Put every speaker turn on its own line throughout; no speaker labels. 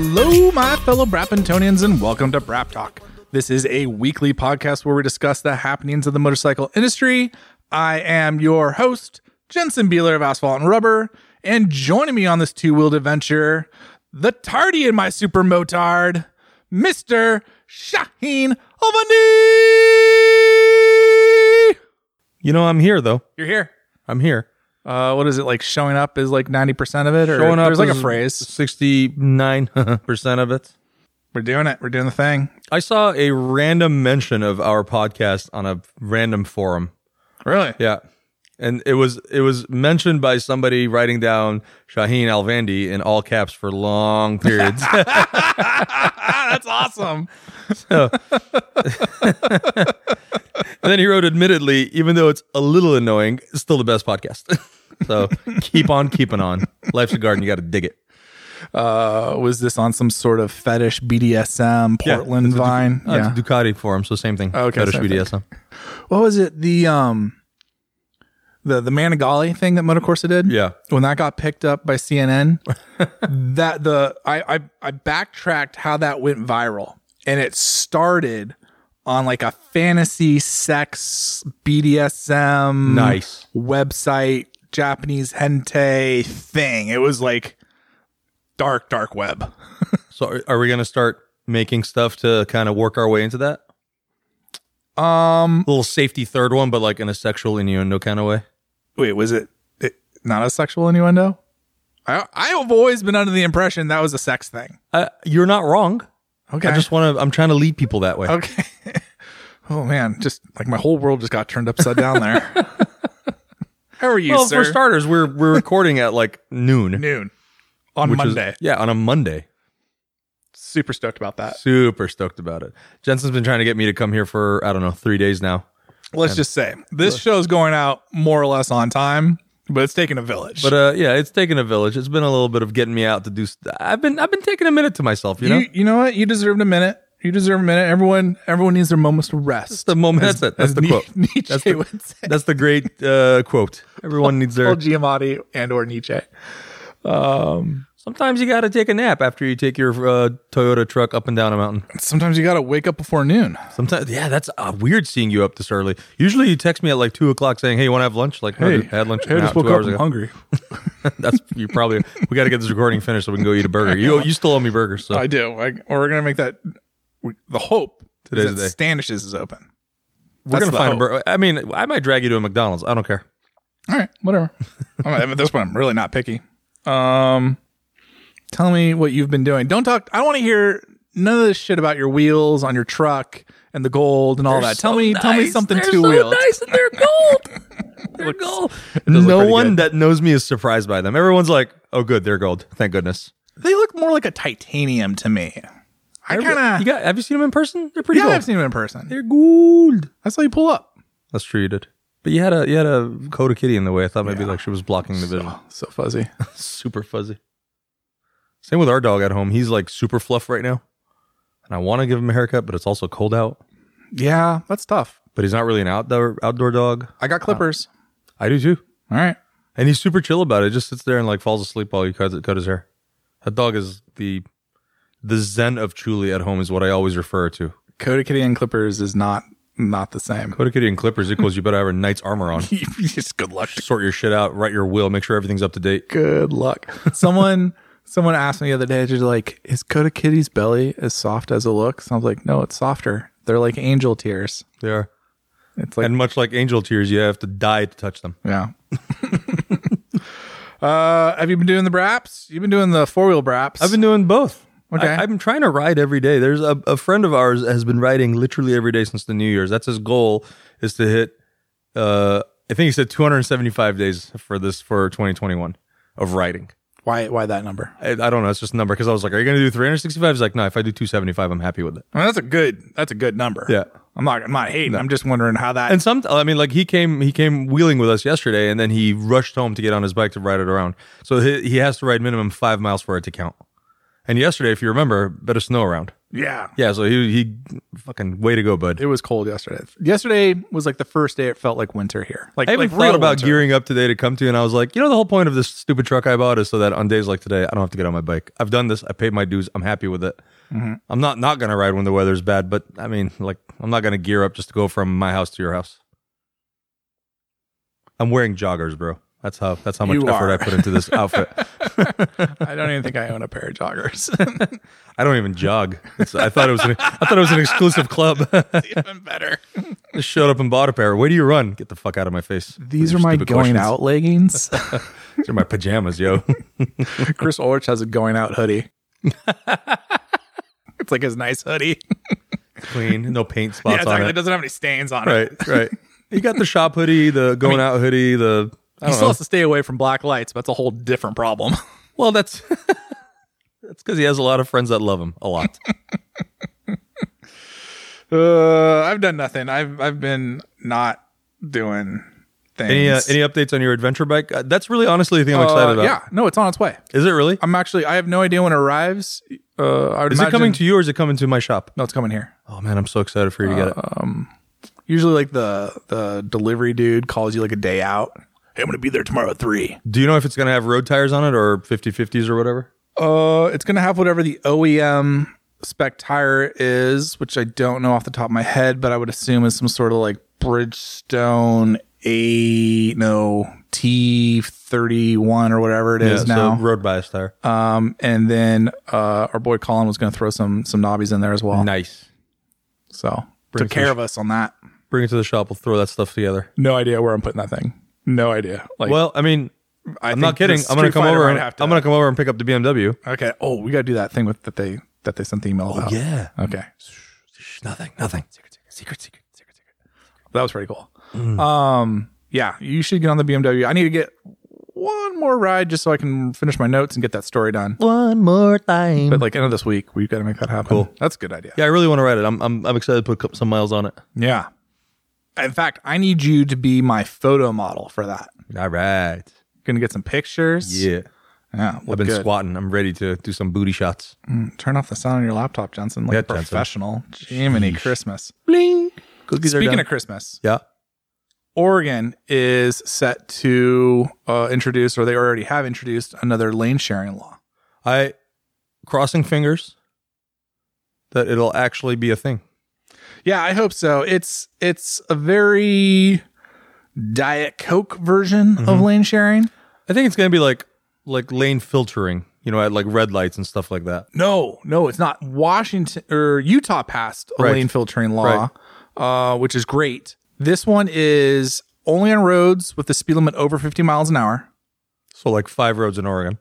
my fellow Brappingtonians, and welcome to Brap Talk. This is a weekly podcast where we discuss the happenings of the motorcycle industry. I am your host, Jensen Beeler of Asphalt and Rubber, and joining me on this two wheeled adventure, the tardy in my super motard, Mr. Shaheen Alvandi!
You know, I'm here though.
You're here.
I'm here.
Uh, what is it like? Showing up is like ninety percent of it, or
Showing up
there's like a
is
phrase.
69% of it.
We're doing it. We're doing the thing.
I saw a random mention of our podcast on a random forum.
Really?
Yeah. And it was it was mentioned by somebody writing down Shaheen Alvandi in all caps for long periods.
That's awesome.
and then he wrote, admittedly, even though it's a little annoying, it's still the best podcast. so keep on keeping on. Life's a garden, you gotta dig it.
Uh, was this on some sort of fetish BDSM Portland
it's a Duc-
Vine?
Oh, It's a Ducati forum, so same thing.
Okay,
Fetish
same thing. Mm-hmm.
BDSM.
what was it? The um, the the Manigali thing that Motocorsa did.
Yeah.
When that got picked up by CNN, that the I, I I backtracked how that went viral, and it started on like a fantasy sex BDSM
Nice.
website Japanese hentai thing. It was like dark dark web.
So are, are we going to start making stuff to kind of work our way into that?
Um,
little safety third one, but like in a sexual innuendo kind of way.
wait, was it, it not a sexual innuendo? I I have always been under the impression that was a sex thing.
Uh, you're not wrong.
Okay.
I just want to. I'm trying to lead people that way.
okay. oh man, just like my whole world just got turned upside down there. How are you,
well,
sir?
for starters, we're we're recording at like noon
Noon on
which is-
Monday.
yeah, on a Monday.
Super stoked about that.
Super stoked about it. Jensen's been trying to get me to come here for I don't know three days now,
Let's just say this show's going out more or less on time, but it's taking a village.
but uh, yeah, it's taken a village. It's been a little bit of getting me out to do. St- I've been I've been taking a minute to myself. You, know,
you, you know what? You deserved a minute. You deserve a minute. Everyone, everyone needs their moments to rest.
the moment. That's it. That's
as
the
Ni-
quote.
Nietzsche
that's the,
would say.
that's the great uh, quote. Everyone needs their
Paul Giamatti and or Nietzsche.
Sometimes you got to take a nap after you take your uh, Toyota truck up and down a mountain.
Sometimes you got to wake up before noon.
Sometimes, yeah, that's uh, weird seeing you up this early. Usually, you text me at like two o'clock saying, "Hey, you want to have lunch?" Like, no, dude, I had lunch
I
an
just
hour-
woke
two
up.
hours
I'm
ago.
hungry.
that's you probably. We got to get this recording finished so we can go eat a burger. You you still owe me burgers, so
I do. I, we're gonna make that. We, the hope
Today's
is
the day.
that Standish's is open.
we're
That's
gonna
the
find a
hope.
burger. I mean, I might drag you to a McDonald's. I don't care.
All right, whatever. I'm not- at this point, I'm really not picky. Um, tell me what you've been doing. Don't talk. I want to hear none of this shit about your wheels on your truck and the gold and all that. tell me, tell me something two wheeled.
nice and they're gold. they're gold.
look
No
pretty
one
good.
that knows me is surprised by them. Everyone's like, "Oh, good, they're gold. Thank goodness."
They look more like a titanium to me. I kind
You
of.
got? Have you seen them in person? They're pretty
Yeah,
gold.
I've seen him in person.
They're gold.
I saw you pull up.
That's true. You did. But you had a you had a Coda Kitty in the way. I thought maybe like she was blocking the vision.
Oh, so fuzzy.
super fuzzy. Same with our dog at home. He's like super fluff right now, and I want to give him a haircut, but it's also cold out.
Yeah, that's tough.
But he's not really an outdoor outdoor dog.
I got clippers.
I do too,
All right.
and he's super chill about it. He Just sits there and like falls asleep while you cut, cut his hair. That dog is the the zen of Chuli at home is what I always refer to.
Coda Kitty and clippers is not not the same.
Coda Kitty and clippers equals you better have a knight's armor on.
Just good luck.
Sort your shit out. Write your will. Make sure everything's up to date.
Good luck. Someone someone asked me the other day, just like, is Coda Kitty's belly as soft as it looks? And I was like, no, it's softer. They're like angel tears.
They are.
It's like
and much like angel tears, you have to die to touch them.
yeah. uh, have you been doing the braps? You've been doing the four wheel braps.
I've been doing both.
Okay.
I, have been trying to ride every day. There's a, a friend of ours has been riding literally every day since the New Year's. That's his goal is to hit. Uh, I think he said 275 days for this for 2021 of riding.
why why that number?
I, I don't know. It's just a number because I was like, "Are you going to do 365?" He's like, "No. If I do 275, I'm happy with it."
I mean, that's a good that's a good number.
Yeah.
I'm not I'm not hating. I'm just wondering how that
And some, I mean, like he came, he came wheeling with us yesterday, and then he rushed home to get on his bike to ride it around. So he, he has to ride minimum five miles for it to count. And yesterday, if you remember, bit of snow around.
Yeah.
Yeah, so he he fucking way to go, bud.
It was cold yesterday. Yesterday was like the first day it felt like winter here. Like
I even
like
thought
real
about
winter.
gearing up today to come to, you, and I was like, you know, the whole point of this stupid truck I bought is so that on days like today, I don't have to get on my bike. I've done this. I paid my dues. I'm happy with it.
Mm-hmm.
I'm not not gonna ride when the weather's bad, but I mean, like, I'm not gonna gear up just to go from my house to your house. I'm wearing joggers, bro. That's how that's how much
You are.
effort I put into this outfit.
I don't even think I own a pair of joggers.
I don't even jog. It's, I thought it was an, I thought it was an exclusive club.
even better.
just showed up and bought a pair. Where do you run? Get the fuck out of my face. with
These are
your
my
stupid
going
questions.
out leggings.
These are my pajamas, yo.
Chris Ulrich has a going out hoodie. it's like his nice hoodie.
Clean, no paint
Yeah,
spots
it's
on
like,
it.
it doesn't have any stains on it.
right, right. You got the shop hoodie, the going out hoodie, the I
He
don't
still
know.
has to stay away from black lights, but it's a whole different problem.
Well, that's that's because he has a lot of friends that love him a lot.
Uh, I've done nothing. I've I've been not doing things.
any uh, any updates on your adventure bike? Uh, that's really honestly the thing I'm
Uh,
excited about.
Yeah, no, it's on its way.
Is it really?
I'm actually. I have no idea when it arrives. Uh, I would
Is
imagine,
it coming to you or is it coming to my shop? Uh,
No, it's coming here.
Oh man, I'm so excited for you to get it.
Usually, like the the delivery dude calls you like a day out. Hey, I'm gonna be there tomorrow at three.
Do you know if it's going to have road tires on it or 50/50s or whatever?
Uh, it's gonna have whatever the OEM spec tire is, which I don't know off the top of my head, but I would assume is some sort of like Bridgestone A no T thirty one or whatever it is
Yeah,
now.
so road bias tire.
Um, and then uh, our boy Colin was going to throw some some knobbies in there as well.
nice.
So
Bring
took care
some-
of us on that.
Bring it to the shop. We'll throw that stuff together.
No idea where I'm putting that thing. No idea. Like
Well, I mean,
I
I'm not kidding. I'm gonna come over. And, I'm gonna come over and pick up the BMW.
Okay. Oh, we gotta do that thing with that they that they sent the email about.
Oh, Yeah.
Okay.
Nothing. Nothing.
Secret, secret, secret, secret. That was pretty cool.
Mm.
Um. Yeah. You should get on the BMW. I need to get one more ride just so I can finish my notes and get that story done.
One more time.
But like end of this week, we've got to make that happen. Cool. That's a good idea.
Yeah, I really want to ride it. I'm I'm, I'm excited to put some miles on it.
Yeah. In fact, I need you to be my photo model for that.
All right.
Gonna get some pictures.
Yeah.
Yeah. Look
I've been
good. Mm,
squatting. I'm ready to do some booty shots.
Turn off the sound on your laptop, Johnson. Like
Yeah,
a
Johnson.
professional. Jiminy Christmas.
Bling. Cookies are
Speaking
done.
of Christmas,
yeah.
Oregon is set to uh, introduce, or they already have introduced, another lane sharing law.
I crossing fingers that it'll actually be a thing.
Yeah, I hope so. It's it's a very Diet Coke version of lane sharing.
I think it's gonna be like like lane filtering, you know, at like red lights and stuff like that.
No, no, it's not. Washington or Utah passed a
Right.
lane filtering law, uh, which is great. This one is only on roads with the speed limit over 50 miles an hour.
So like five roads in Oregon.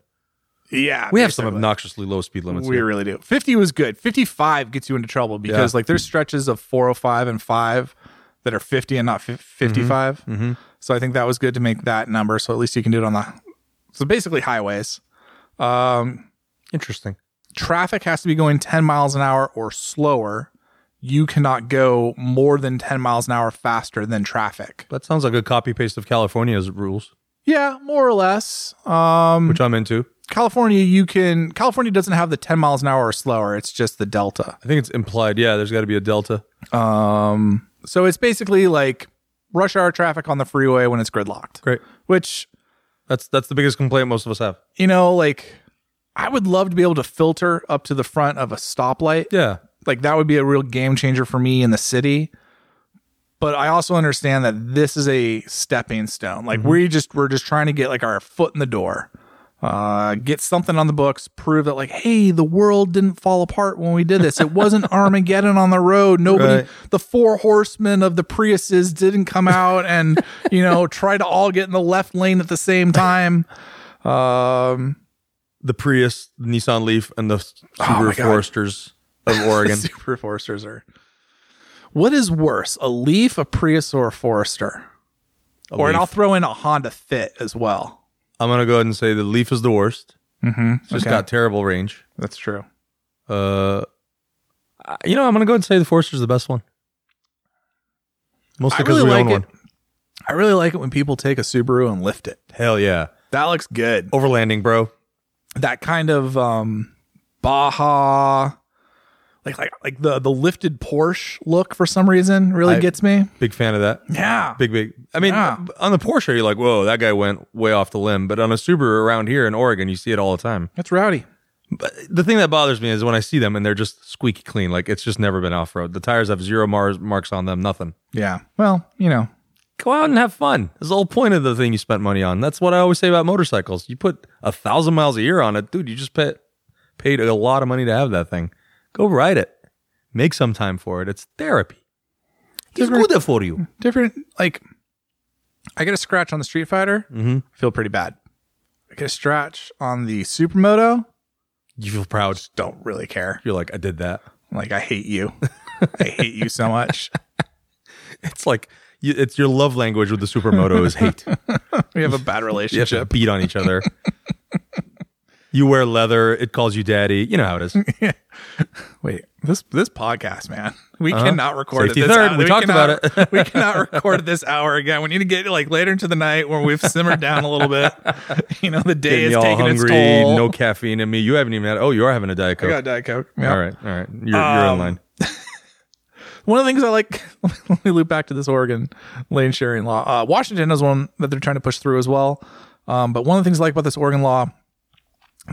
Yeah,
We have some obnoxiously low speed limits.
We
here.
really do. 50 was good. 55 gets you into trouble because like there's stretches of 405 and five that are 50 and not fif- 55. So I think that was good to make that number. So at least you can do it on the so basically highways.
Interesting.
traffic has to be going 10 miles an hour or slower. You cannot go more than 10 miles an hour faster than traffic.
That sounds like a copy paste of California's rules,
Yeah, more or less. Um,
which I'm into.
California, you can. California doesn't have the 10 miles an hour or slower. It's just the delta.
I think it's implied. Yeah, there's got to be a delta.
Um, so it's basically like rush hour traffic on the freeway when it's gridlocked.
Great.
Which
That's that's the biggest complaint most of us have.
you know, like I would love to be able to filter up to the front of a stoplight.
Yeah.
like that would be a real game changer for me in the city but i also understand that this is a stepping stone like we just we're just trying to get like our foot in the door uh get something on the books prove that like hey the world didn't fall apart when we did this it wasn't armageddon on the road nobody
Right.
the four horsemen of the priuses didn't come out and you know try to all get in the left lane at the same time um
The Prius, the Nissan Leaf, and the Subaru
Oh my God.
Foresters of Oregon.
Super Foresters are. What is worse, a Leaf, a Prius, or a Forester?
A
or and
Leaf.
I'll throw in a Honda Fit as well.
I'm gonna go ahead and say the Leaf is the worst.
Mm-hmm.
It's just got terrible range.
that's true.
Uh, I- you know, I'm gonna go ahead and say the Forester's the best one. Mostly
I
because
really
we
like
own
it.
one.
I really like it when people take a Subaru and lift it.
Hell yeah,
That looks good.
overlanding, bro.
That kind of um Baja, like like like like the the lifted Porsche look for some reason really
I-
gets me.
Big fan of that.
Yeah.
Big, big. I mean,
Yeah.
on the Porsche, you're like, whoa, that guy went way off the limb. But on a Subaru around here in Oregon, you see it all the time.
That's rowdy.
But the thing that bothers me is when I see them and they're just squeaky clean. Like it's just never been off road. The tires have zero mars- marks on them, nothing.
Yeah. Well, you know.
Go out and have fun. That's the whole point of the thing you spent money on. That's what I always say about motorcycles. You put a thousand miles a year on it, dude, you just pay, paid a lot of money to have that thing. Go ride it. Make some time for it. It's therapy. It's
Different-
good for you.
different like I get a scratch on the Street Fighter, mm-hmm. feel pretty bad. I get a scratch on the Supermoto,
You feel proud.
don't really care.
You're like, I did that.
Like I hate you. I hate you so much.
It's like you, it's your love language with the supermoto is hate.
We have a bad
You have to
relationship.
beat on each other. you wear leather. It calls you daddy. You know how it is.
Wait, this this podcast, man. We cannot record
Uh-huh. Safety
at this
third, we talked
cannot-
about it.
we cannot record this hour again. We need to get like later into the night where we've simmered down a little bit. You know, the day
Getting
is
me all
taking
hungry.
its toll.
No caffeine in me. You haven't even had. Oh, you are having a diet
I
coke.
got Diet Coke. Yeah.
All right, all right. You're, you're in line.
One of the things I like, let me loop back to this Oregon lane sharing law. Uh, Washington is one that they're trying to push through as well. Um, but one of the things I like about this Oregon law,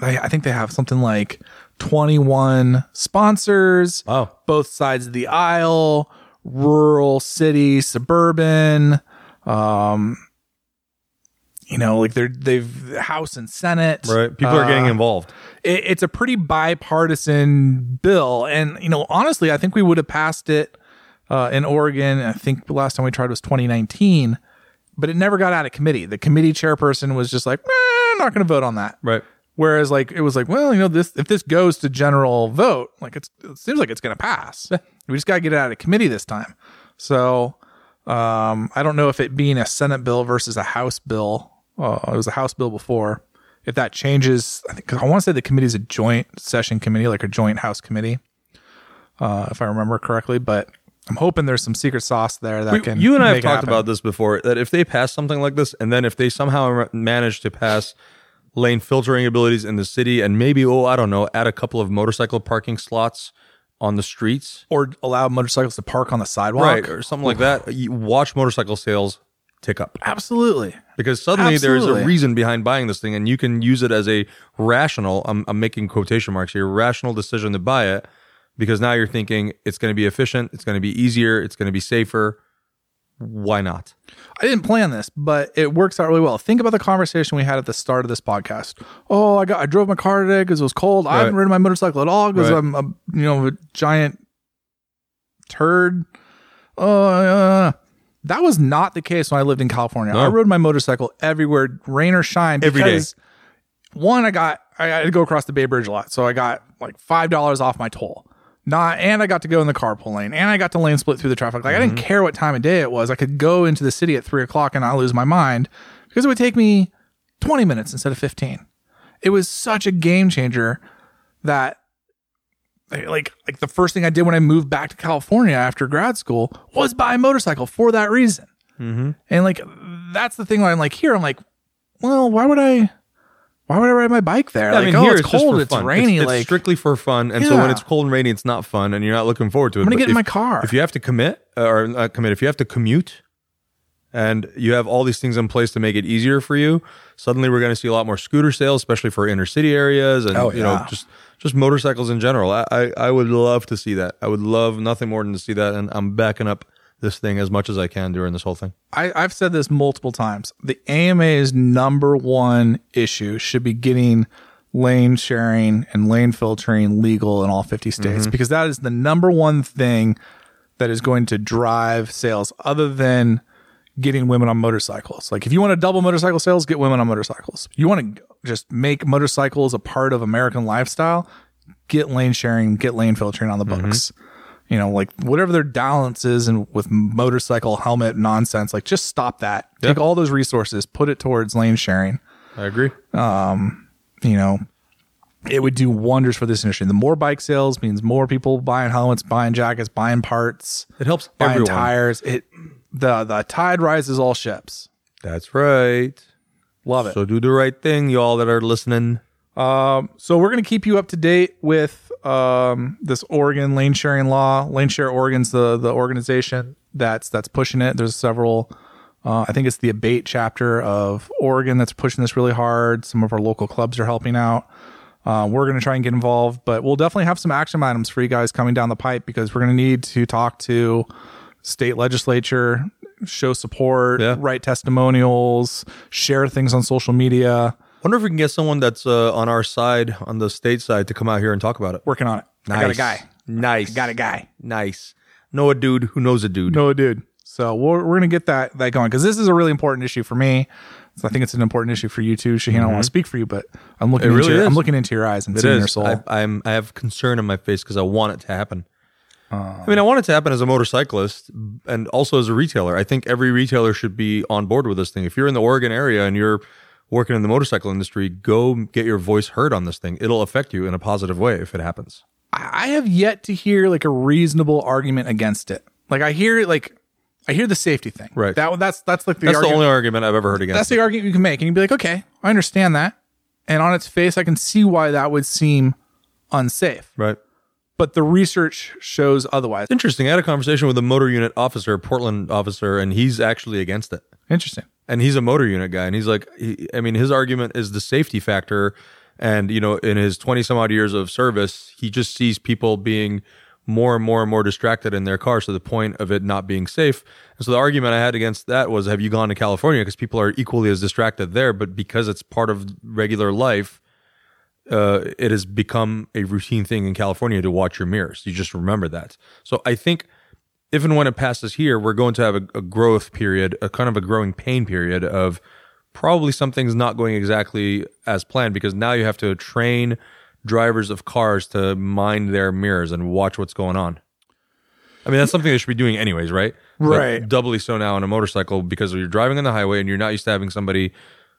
they, I think they have something like 21 sponsors,
Wow.
both sides of the aisle, rural, city, suburban. Um, you know, like they're they've House and Senate,
Right. People are getting
Uh,
involved.
it, it's a pretty bipartisan bill and you know honestly i think we would have passed it uh, in oregon i think the last time we tried was 2019 but it never got out of committee the committee chairperson was just like "Eh, i'm not going to vote on that
Right.
whereas like it was like well you know this if this goes to general vote like it's, it seems like it's going to pass we just got to get it out of committee this time so um, i don't know if it being a senate bill versus a house bill uh, it was a house bill before if that changes i think 'cause i want to say the committee's a joint session committee like a joint house committee uh, if i remember correctly but i'm hoping there's some secret sauce there that can
you and I have
make it
talked
happen.
about this before that if they pass something like this, and then if they somehow r- manage to pass lane filtering abilities in the city, and maybe, oh, I don't know, add a couple of motorcycle parking slots on the streets,
or allow motorcycles to park on the sidewalk
right, or something like that, you watch motorcycle sales tick up
absolutely
because suddenly there is
Absolutely.
a reason behind buying this thing, and you can use it as a rational. I'm, I'm making quotation marks here. Rational decision to buy it because now you're thinking it's going to be efficient, it's going to be easier, it's going to be safer. Why not?
I didn't plan this, but it works out really well. Think about the conversation we had at the start of this podcast. Oh, I got I drove my car today because it was cold. I
Right.
haven't ridden my motorcycle at all because
Right.
I'm a you know a giant turd. Uh, that was not the case when I lived in California.
No.
I rode my motorcycle everywhere, rain or shine.
Every day.
because, One, I got I had to go across the Bay Bridge a lot, so I got like five dollars off my toll. Not and I got to go in the carpool lane, and I got to lane split through the traffic. Like I
Mm-hmm.
didn't care what time of day it was. I could go into the city at three o'clock and not lose my mind because it would take me twenty minutes instead of fifteen. It was such a game changer that like like the first thing I did when I moved back to California after grad school was buy a motorcycle for that reason.
Mm-hmm.
And like that's the thing where I'm like here I'm like, well, why would I? Why would I ride my bike there? like, oh, it's,
just
cold,
for
it's
fun.
rainy.
It's, it's
like,
strictly for fun. And so
Yeah.
when it's cold and rainy, it's not fun, and you're not looking forward to it.
I'm gonna
But
get in
if-
my car.
If you have to commit uh, or not commit, if you have to commute, and you have all these things in place to make it easier for you, suddenly we're going to see a lot more scooter sales, especially for inner city areas, and
Oh,
you know
yeah.
just just motorcycles in general. I, I I would love to see that. I would love nothing more than to see that, and I'm backing up this thing as much as I can during this whole thing.
I, I've said this multiple times. The AMA's number one issue should be getting lane sharing and lane filtering legal in all 50 states because that is the number one thing that is going to drive sales other than getting women on motorcycles. Like if you want to double motorcycle sales, get women on motorcycles. You want to just make motorcycles a part of American lifestyle, get lane sharing, get lane filtering on the books you know, like whatever their balance is and with motorcycle helmet nonsense, like just stop that. Take all those resources, put it towards lane sharing.
I agree.
You know, it would do wonders for this industry. The more bike sales means more people buying helmets, buying jackets, buying parts,
It helps
buying
everyone.
tires. It the the tide rises all ships.
That's right.
Love it.
So do the right thing, y'all that are listening.
So we're going to keep you up to date with um, this Oregon lane sharing law. Lane Share Oregon's the the organization that's that's pushing it. There's several. Uh, I think it's the abate chapter of Oregon that's pushing this really hard. Some of our local clubs are helping out. Uh, we're going to try and get involved, but we'll definitely have some action items for you guys coming down the pipe because we're going to need to talk to state legislature, show support,
Yeah.
write testimonials, share things on social media.
Wonder if we can get someone that's uh, on our side, on the state side, to come out here and talk about it.
Working on it. I got a guy.
Nice.
Got a guy.
Nice. Know a dude who knows a dude.
No, dude. So we're, we're gonna get that that going because this is a really important issue for me. So I think it's an important issue for you too, Shaheen. I don't want to speak for you, but I'm looking. into
Mm-hmm. It really
your, I'm
is.
looking into your eyes and
It
seeing your
is.
soul.
I, I'm. I have concern in my face because I want it to happen. I
Oh.
mean, I want it to happen as a motorcyclist and also as a retailer. I think every retailer should be on board with this thing. If you're in the Oregon area and you're working in the motorcycle industry, go get your voice heard on this thing. It'll affect you in a positive way if it happens.
I I have yet to hear like a reasonable argument against it. Like I hear like I hear the safety thing.
Right.
That one- that's that's like the
That's
argument.
the only argument I've ever heard against.
that's the argument you can make, and you'd be like, okay, I understand that, and on its face, I can see why that would seem unsafe.
it. right.
But the research shows otherwise.
Interesting. I had a conversation with a motor unit officer, Portland officer, and he's actually against it.
Interesting.
and he's a motor unit guy and he's like he, i mean his argument is the safety factor and you know in his 20 some odd years of service he just sees people being more and more and more distracted in their cars to the point of it not being safe and so the argument i had against that was have you gone to california because people are equally as distracted there but because it's part of regular life uh, it has become a routine thing in California to watch your mirrors. You just remember that. So I think if and when it passes here, we're going to have a, a growth period, a kind of a growing pain period of probably something's not going exactly as planned because now you have to train drivers of cars to mind their mirrors and watch what's going on. I mean, that's something they should be doing anyways, right? But
Right.
doubly so now on a motorcycle because you're driving on the highway and you're not used to having somebody,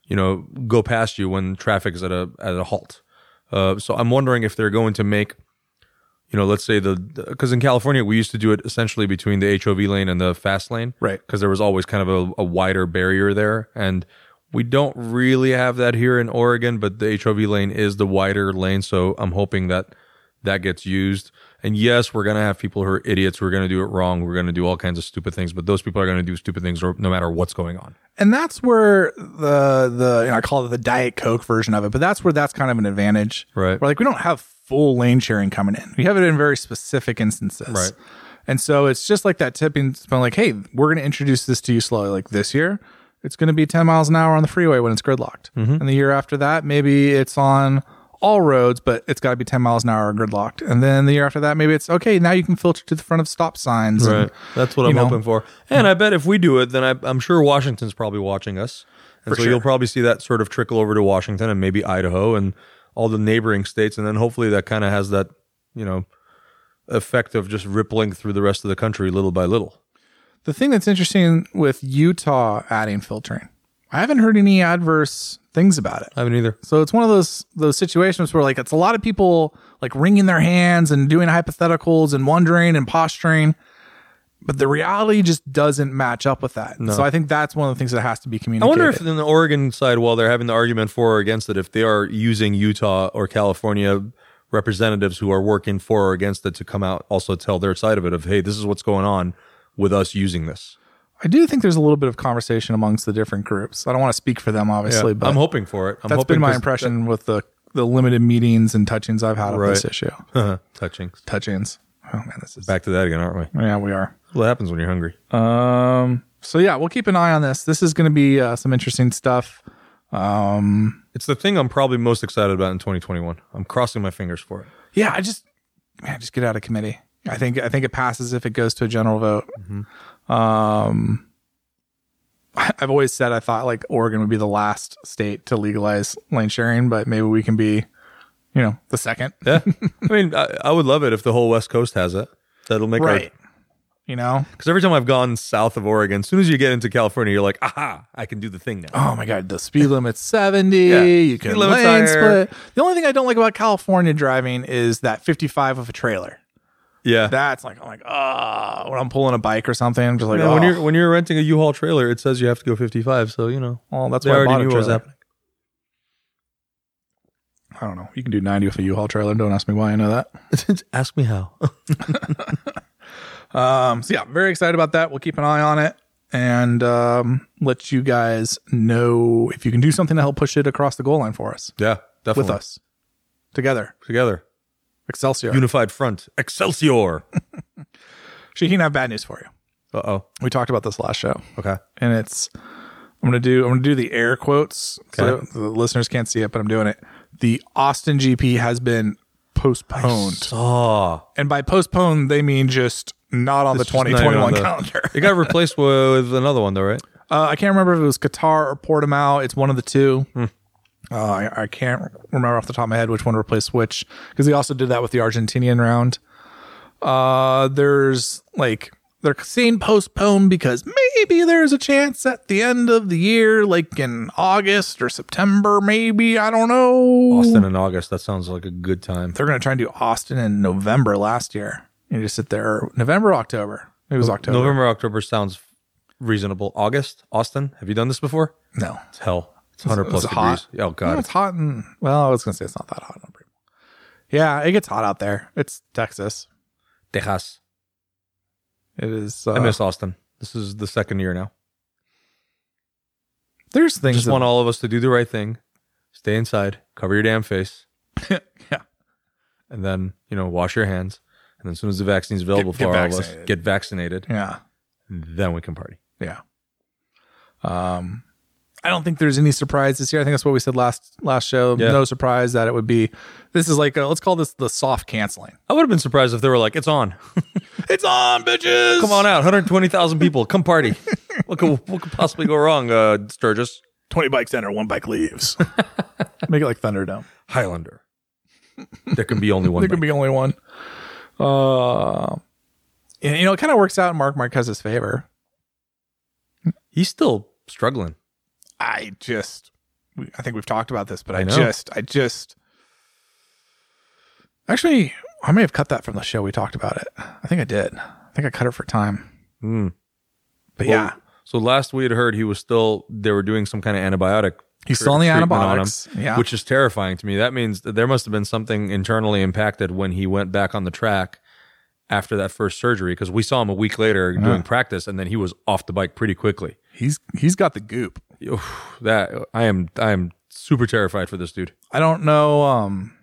you know, go past you when traffic is at a at a halt. Uh, so I'm wondering if they're going to make you know, let's say the because in California we used to do it essentially between the HOV lane and the fast lane,
Right.
Because there was always kind of a, a wider barrier there, and we don't really have that here in Oregon. But the HOV lane is the wider lane, so I'm hoping that that gets used. And yes, we're gonna have people who are idiots. We're gonna do it wrong. We're gonna do all kinds of stupid things. But those people are gonna do stupid things no matter what's going on.
and that's where the the you know, I call it the Diet Coke version of it, but that's where that's kind of an advantage,
Right.
Where like we don't have full lane sharing coming in, we have it in very specific instances,
Right.
And so it's just like that tipping spell, like, hey, we're going to introduce this to you slowly, like this year. It's going to be 10 miles an hour on the freeway when it's gridlocked.
Mm-hmm.
And the year after that, maybe it's on all roads, but it's got to be 10 miles an hour gridlocked. And then the year after that, maybe it's okay, now you can filter to the front of stop signs. and-
Right. That's what
you
I'm
know.
hoping for. And I bet if we do it, then I, I'm sure Washington's probably watching us. And so
sure.
you'll probably see that sort of trickle over to Washington and maybe Idaho and all the neighboring states. And then hopefully that kind of has that, you know, effect of just rippling through the rest of the country little by little.
The thing that's interesting with Utah adding filtering, I haven't heard any adverse things about it.
I haven't either.
So it's one of those those situations where like it's a lot of people like wringing their hands and doing hypotheticals and wondering and posturing, but the reality just doesn't match up with that. So I think that's one of the things that has to be
I
communicated.
wonder if in the Oregon side, while they're having the argument for or against it, if they are using Utah or California representatives who are working for or against it to come out also tell their side of it of, hey, this is what's going on with us using this.
I do think there's a little bit of conversation amongst the different groups. I don't want to speak for them, obviously, but
I'm hoping for it. I'm
that's
hoping
been my
'cause-
impression with the the limited meetings and touchings I've had on this
Right.
issue.
uh-huh, Touching.
Touchings. Oh man, this is
Back to that again, aren't we?
yeah, we are.
What happens when you're hungry?
Um, so yeah, we'll keep an eye on this. This is going to be uh, some interesting stuff. Um,
It's the thing I'm probably most excited about in 2021. I'm crossing my fingers for it.
Yeah, I just man, just get out of committee. I think I think it passes if it goes to a general vote. Mm-hmm. Um, I- I've always said I thought like Oregon would be the last state to legalize lane sharing, but maybe we can be, you know, the second.
Yeah. I mean, I, I would love it if the whole West Coast has it. That'll make
Right. You know.
Because every time I've gone south of Oregon, as soon as you get into California, you're like, aha, I can do the thing now.
Oh my god, the speed limit's seventy.
Yeah,
You
speed
can
limit's
lane
higher.
split. The only thing I don't like about California driving is that fifty-five of a trailer.
Yeah.
that's like I'm like ah when I'm pulling a bike or something I'm just like
Yeah,
oh
When you're when you're renting a U-Haul trailer, it says you have to go 55. So you know,
well that's
they
why I
already
bought a
knew what was
trailer.
happening.
I don't know. You can do 90 with a U-Haul trailer. Don't ask me why I know that.
Ask me how.
Um, so yeah, very excited about that. We'll keep an eye on it and um, let you guys know if you can do something to help push it across the goal line for us
yeah, definitely.
with us together.
Together.
Excelsior.
Unified front. Excelsior.
Shaheen, I have bad news for you.
uh oh.
We talked about this last show,
Okay.
and it's I'm gonna do I'm gonna do the air quotes
Okay.
so the listeners can't see it, but I'm doing it. The Austin GP has been postponed,
Saw.
and by postponed they mean just not on the
It's just not even
2021
on the-
calendar.
It got replaced with another one, though, right?
Uh, I can't remember if it was Qatar or Portimao. It's one of the two.
Hmm.
Uh, I, I can't remember off the top of my head which one replaced which because they also did that with the Argentinian round. Uh, there's like they're saying postponed because maybe there's a chance at the end of the year, like in August or September, maybe I don't know.
Austin in August. That sounds like a good time.
They're gonna try and do Austin in November last year. You just sit there November, October. It was October.
November, October sounds reasonable. August, Austin. Have you done this before?
No,
It's hell. It's 100
It's-
plus
it's
degrees.
hot.
Oh,
No,
God.
it's hot and well, I was gonna say it's not that hot. on Fremont. Yeah, it gets hot out there. It's Texas.
Texas.
It is. Uh,
I miss Austin. This is the second year now.
there's
I
things.
just
that-
want all of us to do the right thing, stay inside, cover your damn face,
yeah,
and then, you know, wash your hands. And then as soon as the vaccine's available
Get- get
for all of us,
vaccinated.
get vaccinated.
yeah,
Then we can party.
yeah. Um, I don't think there's any surprise this year. I think that's what we said last last show.
Yeah.
No surprise that it would be. This is like a, let's call this the soft canceling.
I would have been surprised if they were like, it's on.
It's on, bitches.
Come on out. 120,000 people. Come party. what, could, what could possibly go wrong, uh, Sturgis?
twenty bikes enter, one bike leaves. Make it like Thunderdome.
Highlander. There can be only one.
there could be only one. Uh, and, you know, it kind of works out in Mark Marquez's favor.
He's still struggling.
I just, we- I think we've talked about this, but I,
I know.
just, I just, actually, I may have cut that from the show. We talked about it. I think I did. I think I cut it for time.
Hmm.
But
Well,
yeah,
So last we had heard he was still they were doing some kind of antibiotic.
He's
tr-
still on the
treatment
antibiotics,
him,
yeah.
which is terrifying to me. That means that there must have been something internally impacted when he went back on the track after that first surgery because we saw him a week later doing practice and then he was off the bike pretty quickly.
he's he's got the goop.
Oof, that I am I am super terrified for this dude.
I don't know. Um,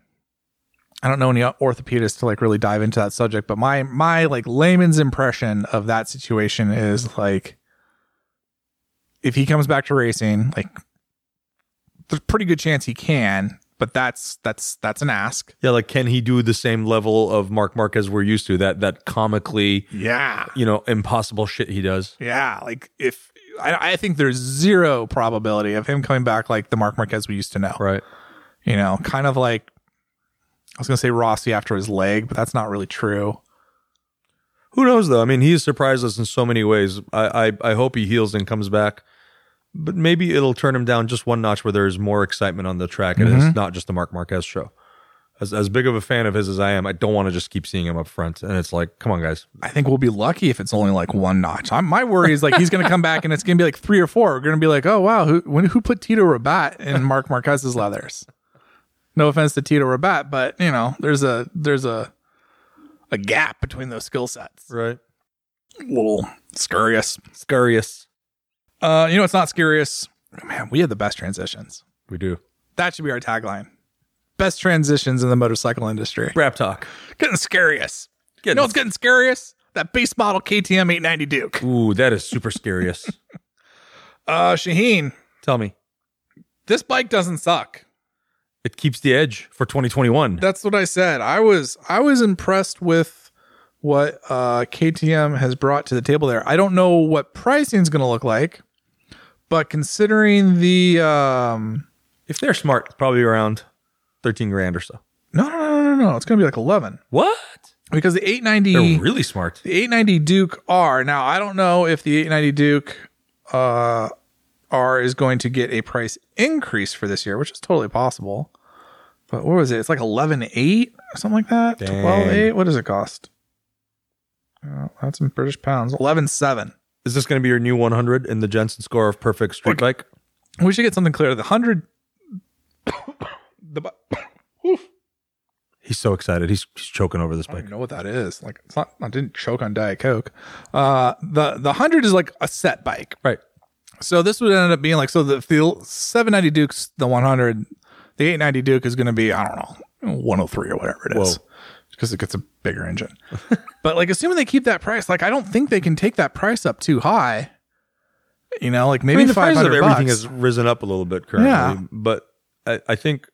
I don't know any orthopedists to like really dive into that subject, but my my like layman's impression of that situation is like, if he comes back to racing, like, there's a pretty good chance he can, but that's that's that's an ask.
Yeah, like can he do the same level of Mark Marquez we're used to? That that comically,
Yeah,
you know, impossible shit he does.
yeah. Like if I, I think there's zero probability of him coming back like the Mark Marquez we used to know.
Right.
you know, kind of like I was gonna say Rossi after his leg, but that's not really true.
Who knows though? I mean, he's surprised us in so many ways. I, I I hope he heals and comes back, but maybe it'll turn him down just one notch where there's more excitement on the track and it's not just the Mark Marquez show. As as big of a fan of his as I am, I don't want to just keep seeing him up front. And it's like, come on, guys.
I think we'll be lucky if it's only like one notch. I'm, my worry is like he's going to come back and it's going to be like three or four. We're going to be like, oh wow, who when, who put Tito Rabat in Mark Marquez's leathers? No offense to Tito Rabat, but you know there's a there's a a gap between those skill sets.
Right.
little scurious.
Scarius.
Uh, you know it's not scurious. Man, we had the best transitions.
We do.
That should be our tagline. Best transitions in the motorcycle industry.
Brap talk.
Getting scarious. You
Getting-
know what's getting scariest? That base model KTM 890 Duke.
Ooh, that is super scarious.
Uh, Shaheen,
Tell me.
this bike doesn't suck.
It keeps the edge for 2021.
That's what I said. I was I was impressed with what uh, KTM has brought to the table there. I don't know what pricing is going to look like, but considering the um,
If they're smart, probably around 13 grand or so.
no no no no no, it's going to be like eleven
What?
because the
They're
890
really smart.
the 890 Duke R. Now, I don't know if the 890 Duke uh, R is going to get a price increase for this year, which is totally possible. But what was it? It's like 11.8 or something like that.
Dang.
12.8. What does it cost? Uh, that's in British pounds. 11.7.
Is this going to be your new 100 in the Jensen score of perfect street bike?
We should get something clear. The 100. the, bu-
He's so excited. He's, he's choking over this
I
bike.
don't even know what that is. Like it's not I didn't choke on Diet Coke. Uh the the hundred is like a set bike.
Right.
So this would end up being like so the the seven ninety Duke's the one hundred, the eight ninety Duke is gonna be, I don't know, one oh three or whatever it is.
Whoa.
Because it gets a bigger engine. but like assuming they keep that price, like I don't think they can take that price up too high. You know, like maybe
I mean, the
five
price of
hundred
everything
bucks.
has risen up a little bit currently.
Yeah.
But I, I think,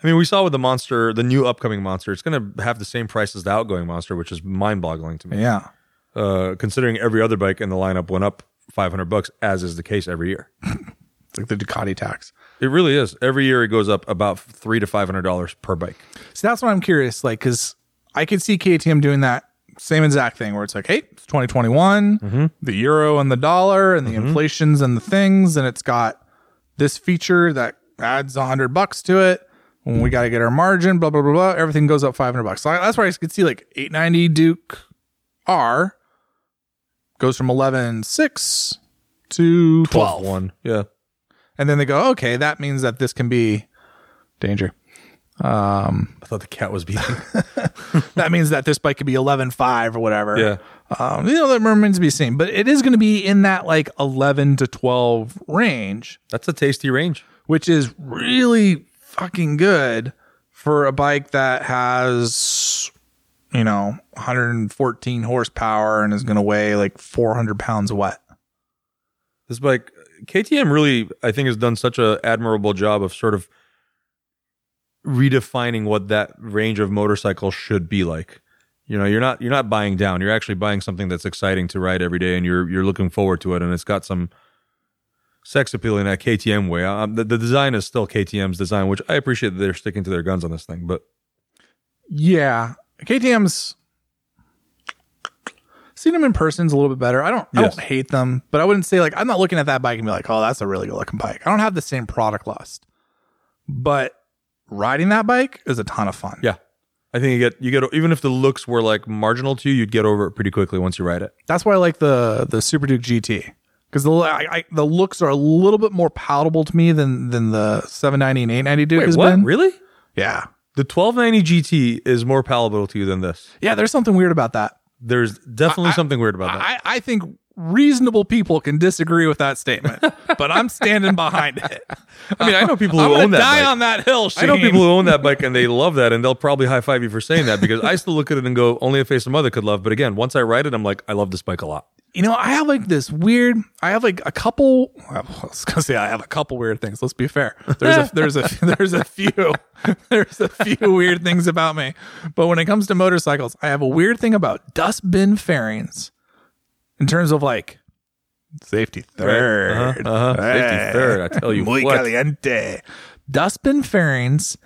I mean, we saw with the monster, the new upcoming monster, it's going to have the same price as the outgoing monster, which is mind boggling to me.
yeah.
Uh, considering every other bike in the lineup went up 500 bucks, as is the case every year.
It's like the Ducati tax.
It really is. Every year it goes up about three to $500 per bike.
So that's what I'm curious, like, because I could see KTM doing that same exact thing where it's like, hey, it's 2021, the euro and the dollar and the inflations and the things, and it's got this feature that adds 100 bucks to it. And we got to get our margin, blah, blah, blah, blah. Everything goes up 500 bucks. So I- that's where I could see like 890 Duke R goes from 11.6 to 12.
One. Yeah.
And then they go, okay, that means that this can be danger.
I thought the cat was beating.
that means that this bike could be 11.5 or whatever.
Yeah.
Um, you know, that remains to be seen, but it is going to be in that like 11 to 12 range,
That's a tasty range.
which is really fucking good for a bike that has, you know, 114 horsepower and is going to weigh like 400 pounds wet.
This bike, KTM really, I think, has done such a admirable job of sort of redefining what that range of motorcycle should be like. You know, you're not you're not buying down. You're actually buying something that's exciting to ride every day, and you're you're looking forward to it, and it's got some sex appeal in that KTM way. Um, the, the design is still KTM's design, which I appreciate that they're sticking to their guns on this thing. But
Yeah. KTM's seen them in person's a little bit better. I don't I
Yes.
don't hate them, but I wouldn't say like I'm not looking at that bike and be like, "Oh, that's a really good looking bike." I don't have the same product lust. But riding that bike is a ton of fun.
yeah, I think you get you get even if the looks were like marginal to you, you'd get over it pretty quickly once you ride it.
That's why I like the the Super Duke GT cuz the I, I, the looks are a little bit more palatable to me than than the 790 and 890 Duke has been.
Really?
Yeah.
The 1290 GT is more palatable to you than this.
Yeah, there's something weird about that.
There's definitely something weird about that.
I, I think reasonable people can disagree with that statement, but I'm standing behind it.
I mean, I know people
I'm
who
gonna
own that
die
bike.
on that hill. Shane.
I know people who own that bike and they love that, and they'll probably high five you for saying that because I still look at it and go, only a face a mother could love. But again, once I ride it, I'm like, I love this bike a lot.
You know, I have like this weird. I have like a couple. I was gonna say I have a couple weird things. Let's be fair. There's a there's a there's a few there's a few weird things about me, but when it comes to motorcycles, I have a weird thing about dust bin fairings, in terms of like safety 3rd
Uh-huh, uh-huh. Safety third, I tell you
Muy
what.
caliente. Dustbin fairings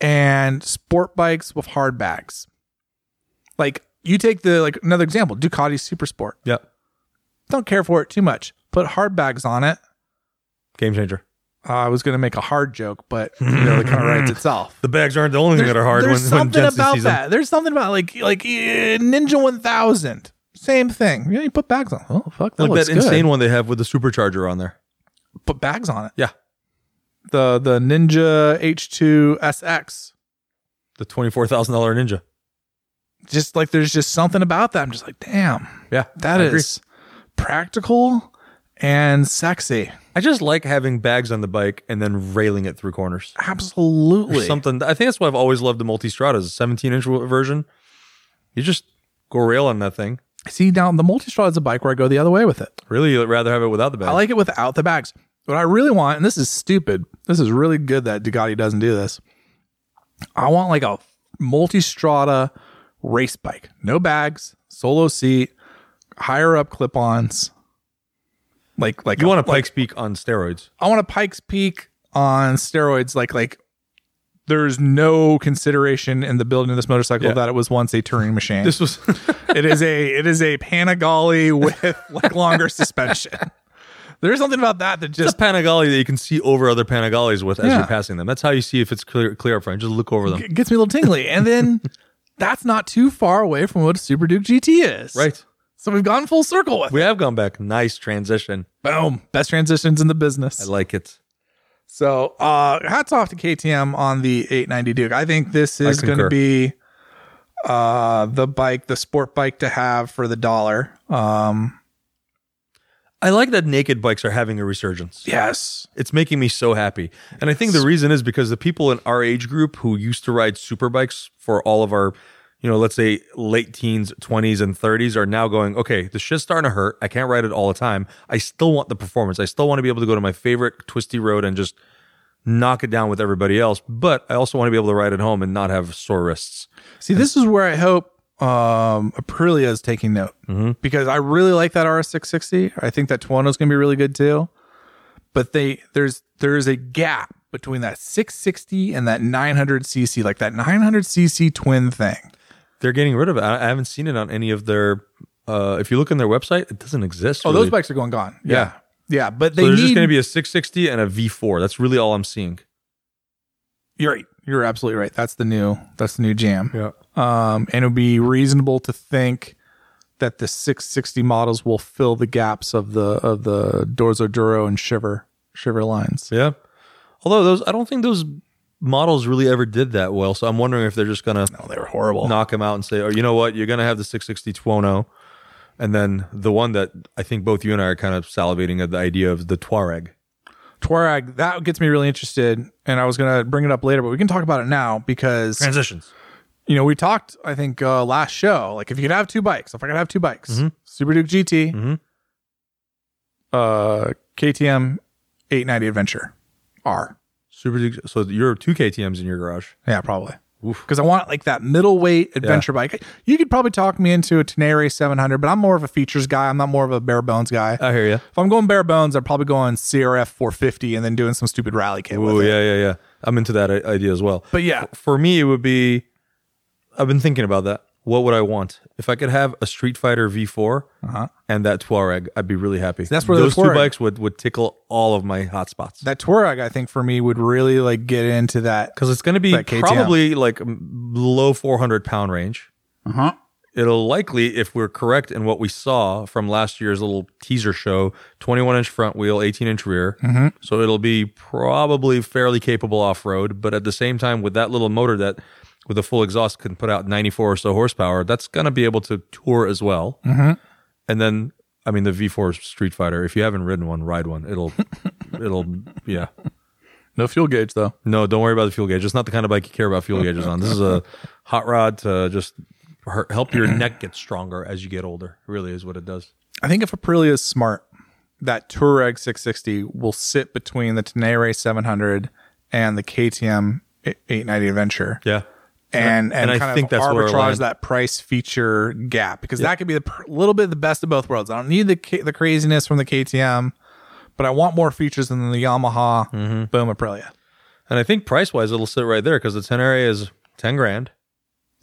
and sport bikes with hard bags. Like you take the like another example, Ducati Super Sport.
Yeah.
Don't care for it too much. Put hard bags on it.
Game changer.
Uh, I was gonna make a hard joke, but you know, it kind of writes itself.
The bags aren't the only thing that are hard when,
There's
when
something
Jensen
about
sees them.
that. There's something about like like eh, Ninja 1000. Same thing. You, know, you put bags on. Oh fuck, that
Like
looks
that insane
good.
one they have with the supercharger on there.
Put bags on it.
Yeah.
The the Ninja H2 SX.
The $24,000 Ninja.
just like there's just something about that. I'm just like, damn,
Yeah.
that
I
is
agree.
practical and sexy.
I just like having bags on the bike and then railing it through corners. or
Absolutely.
something. I think that's why I've always loved the Multistradas, 17 inch version. You just go rail on that thing.
See, now the multi-straw is a bike where I go the other way with it.
Really, you'd rather have it without the bag.
I like it without the bags. What I really want, and this is stupid, this is really good that Ducati doesn't do this. I want like a multi-strata race bike, no bags, solo seat, higher up clip-ons, like like
you
a-
want a Pikes Peak on steroids.
I want a Pikes Peak on steroids. Like like there's no consideration in the building of this motorcycle
Yeah.
that it was once a touring machine.
This was
it is a it is a Panigale with like longer suspension. There's something about that that
it's a
just
Panigale that you can see over other Panigales with as
Yeah.
you're passing them. That's how you see if it's clear, clear up front. Just look over them.
g- gets me a little tingly. And then that's not too far away from what a Super Duke GT is.
Right.
So we've gone full circle with it.
We have gone back. Nice transition.
Boom. Best transitions in the business.
I like it.
So uh, hats off to KTM on the 890 Duke. I think this is going to
concur.
be uh, the bike, the sport bike to have for the dollar. Um,
I like that naked bikes are having a resurgence.
yes.
It's making me so happy. And I think the reason is because the people in our age group who used to ride super bikes for all of our, you know, let's say late teens, 20s, and 30s are now going, okay, the shit's starting to hurt. I can't ride it all the time. I still want the performance. I still want to be able to go to my favorite twisty road and just knock it down with everybody else. But I also want to be able to ride at home and not have sore wrists.
See, this is where I hope um, Aprilia is taking note because I really like that RS660. I think that Tuono is going to be really good too. But they there's there is a gap between that 660 and that 900 cc, like that 900 cc twin thing.
They're getting rid of it. I I haven't seen it on any of their. Uh, if you look on their website, it doesn't exist.
Oh,
really.
those bikes are going gone.
Yeah.
yeah, but they
So there's
need
just going to be a 660 and a V4. That's really all I'm seeing.
You're right. You're absolutely right. That's the new that's the new jam.
Yeah.
Um, and it would be reasonable to think that the 660 models will fill the gaps of the of the Dorzo Duro and Shiver Shiver lines.
Yeah. Although those, I don't think those models really ever did that well. So I'm wondering if they're just going to
Oh, they were horrible.
knock them out and say, oh, you know what? You're going to have the 660 Tuono. And then the one that I think both you and I are kind of salivating at the idea of the Tuareg.
Tuareg that gets me really interested, and I was gonna bring it up later, but we can talk about it now because
Transitions.
you know we talked. I think uh, last show, like if you could have two bikes, if I could have two bikes, Super Duke GT,
Mhm.
uh, KTM 890 Adventure R.
Super Duke. So you're two KTMs in your garage.
Yeah, probably. Because I want like that middleweight adventure bike. You could probably talk me into a Tenere 700, but I'm more of a features guy. I'm not more of a bare bones guy.
I hear you.
if I'm going bare bones, I'm probably going CRF 450 and then doing some stupid rally kit
Oh,
with it.
yeah, yeah, yeah. I'm into that i- idea as well.
But yeah,
for me it would be i've been thinking about that what would i want if i could have a street fighter v4 and that tuareg i'd be really happy
Uh-huh. that's where the
those two
Tuareg-
bikes would, would tickle all of my hot spots
that Touareg I think for me would really like get into that.
because it's going to be
That KTM.
probably like m- low 400 pound range
Uh-huh.
it'll likely if we're correct in what we saw from last year's little teaser show 21 inch front wheel 18 inch rear
Mm-hmm.
so it'll be probably fairly capable off-road but at the same time with that little motor that with a full exhaust can put out 94 or so horsepower that's going to be able to tour as well
Mm-hmm.
and then i mean the v4 street fighter if you haven't ridden one ride one it'll it'll yeah
No fuel gauge though.
no, don't worry about the fuel gauge. It's not the kind of bike you care about fuel gauges on. This is a hot rod to just her- help your neck get stronger as you get older. Really is what it does.
I think if Aprilia is smart, that Touareg 660 will sit between the Tenere 700 and the KTM 890 Adventure.
Yeah.
and and,
And I
kind
think
of
that's where we're
arbitrage
aligned.
that price feature gap because that could be the pr- little bit the best of both worlds. I don't need the K- the craziness from the KTM, but I want more features than the Yamaha
Mm-hmm.
Boom Aprilia.
And I think price wise, it'll sit right there because the Tenere is 10 grand,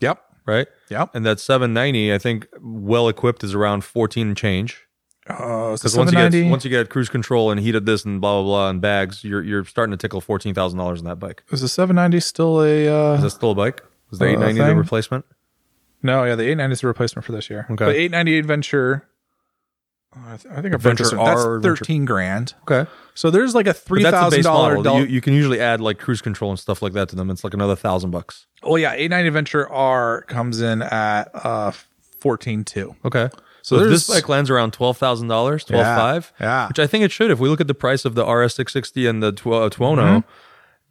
Yep,
right?
yep.
And that 790, I think well equipped is around 14 and change.
Uh, so
Because once you get
790
once you get cruise control and heated this and blah blah blah and bags, you're you're starting to tickle fourteen thousand dollars on that bike.
is the 790 still a
Is
uh,
that still a bike? Is the
Uh,
eight ninety the
thing?
replacement?
no? Yeah, the 890 is a replacement for this year.
Okay.
the 890 Adventure. oh, I, th- I think Adventure,
Adventure
that's
R or Adventure-
thirteen grand.
Okay.
So there's like a three
But that's the
thousand
base
dollar.
model. You, you can usually add like cruise control and stuff like that to them. It's like another thousand bucks.
Oh yeah, 890 Adventure R comes in at uh fourteen two.
Okay.
So
So, if this
there's-
bike lands around twelve thousand dollars, twelve five,
yeah.
which I think it should. If we look at the price of the RS six sixty and the Tuo- uh, Tuono,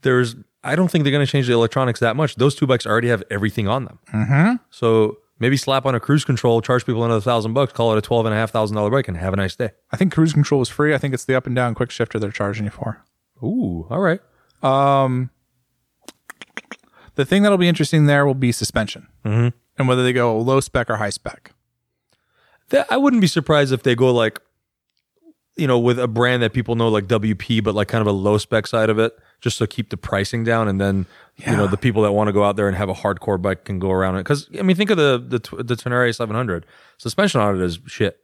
there's I don't think they're going to change the electronics that much. Those two bikes already have everything on them. So maybe slap on a cruise control, charge people another thousand bucks, call it a twelve and a half thousand dollar bike, and have a nice day.
I think cruise control is free. I think it's the up and down quick shifter they're charging you for. Um,
Ooh, all right.
The thing that'll be interesting there will be suspension mm-hmm. and whether they go low spec or high spec.
That, I wouldn't be surprised if they go like, you know, with a brand that people know like WP, but like kind of a low spec side of it, just to keep the pricing down, and then you know
Yeah.
the people that want to go out there and have a hardcore bike can go around it. Because I mean, think of the the T- the Tenere 700 suspension on it is shit.